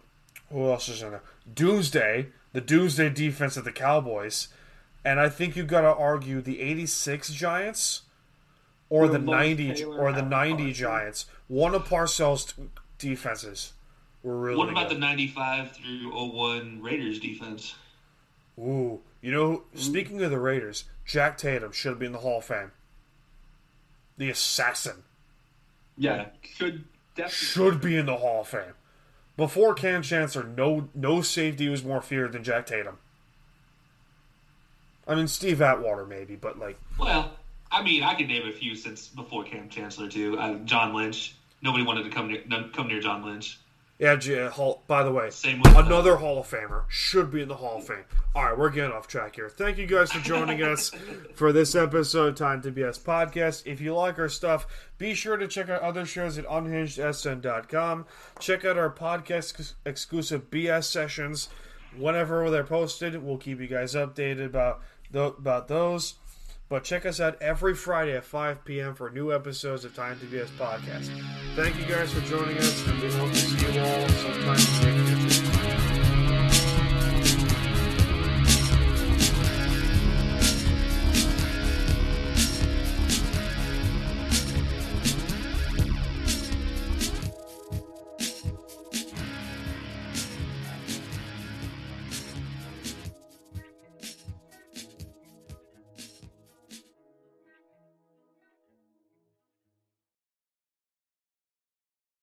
S1: who else is in there? Doomsday, the Doomsday defense of the Cowboys, and I think you got to argue the '86 Giants or the
S4: Lawrence
S1: '90
S4: Taylor,
S1: or the
S4: Alan
S1: '90
S4: Parsons.
S1: Giants. One of Parcells' t- defenses were really
S3: What about
S1: good.
S3: the 95 through 01 Raiders defense?
S1: Ooh, you know,
S3: Mm.
S1: speaking of the Raiders, Jack Tatum should be in the Hall of Fame. The assassin
S4: Yeah,
S3: Yeah.
S4: should definitely.
S1: should be in the Hall of Fame. Before Cam Chancellor, no no safety was more feared than Jack Tatum. I mean, Steve Atwater maybe, but like,
S3: Well, I mean, I can name a few since before Cam Chancellor too. Uh, John Lynch. Nobody wanted to come near no- come near John Lynch.
S1: yeah. J- Hall, by the way,
S3: Same with uh,
S1: another Hall of Famer should be in the Hall of Fame. All right, we're getting off track here. Thank you guys for joining us for this episode of Time to BS Podcast. If you like our stuff, be sure to check out other shows at unhingedsn.com. Check out our podcast ex- exclusive BS sessions whenever they're posted. We'll keep you guys updated about tho- about those. But check us out every Friday at 5 p.m. for new episodes of Time to BS Podcast. Thank you guys for joining us, and we hope you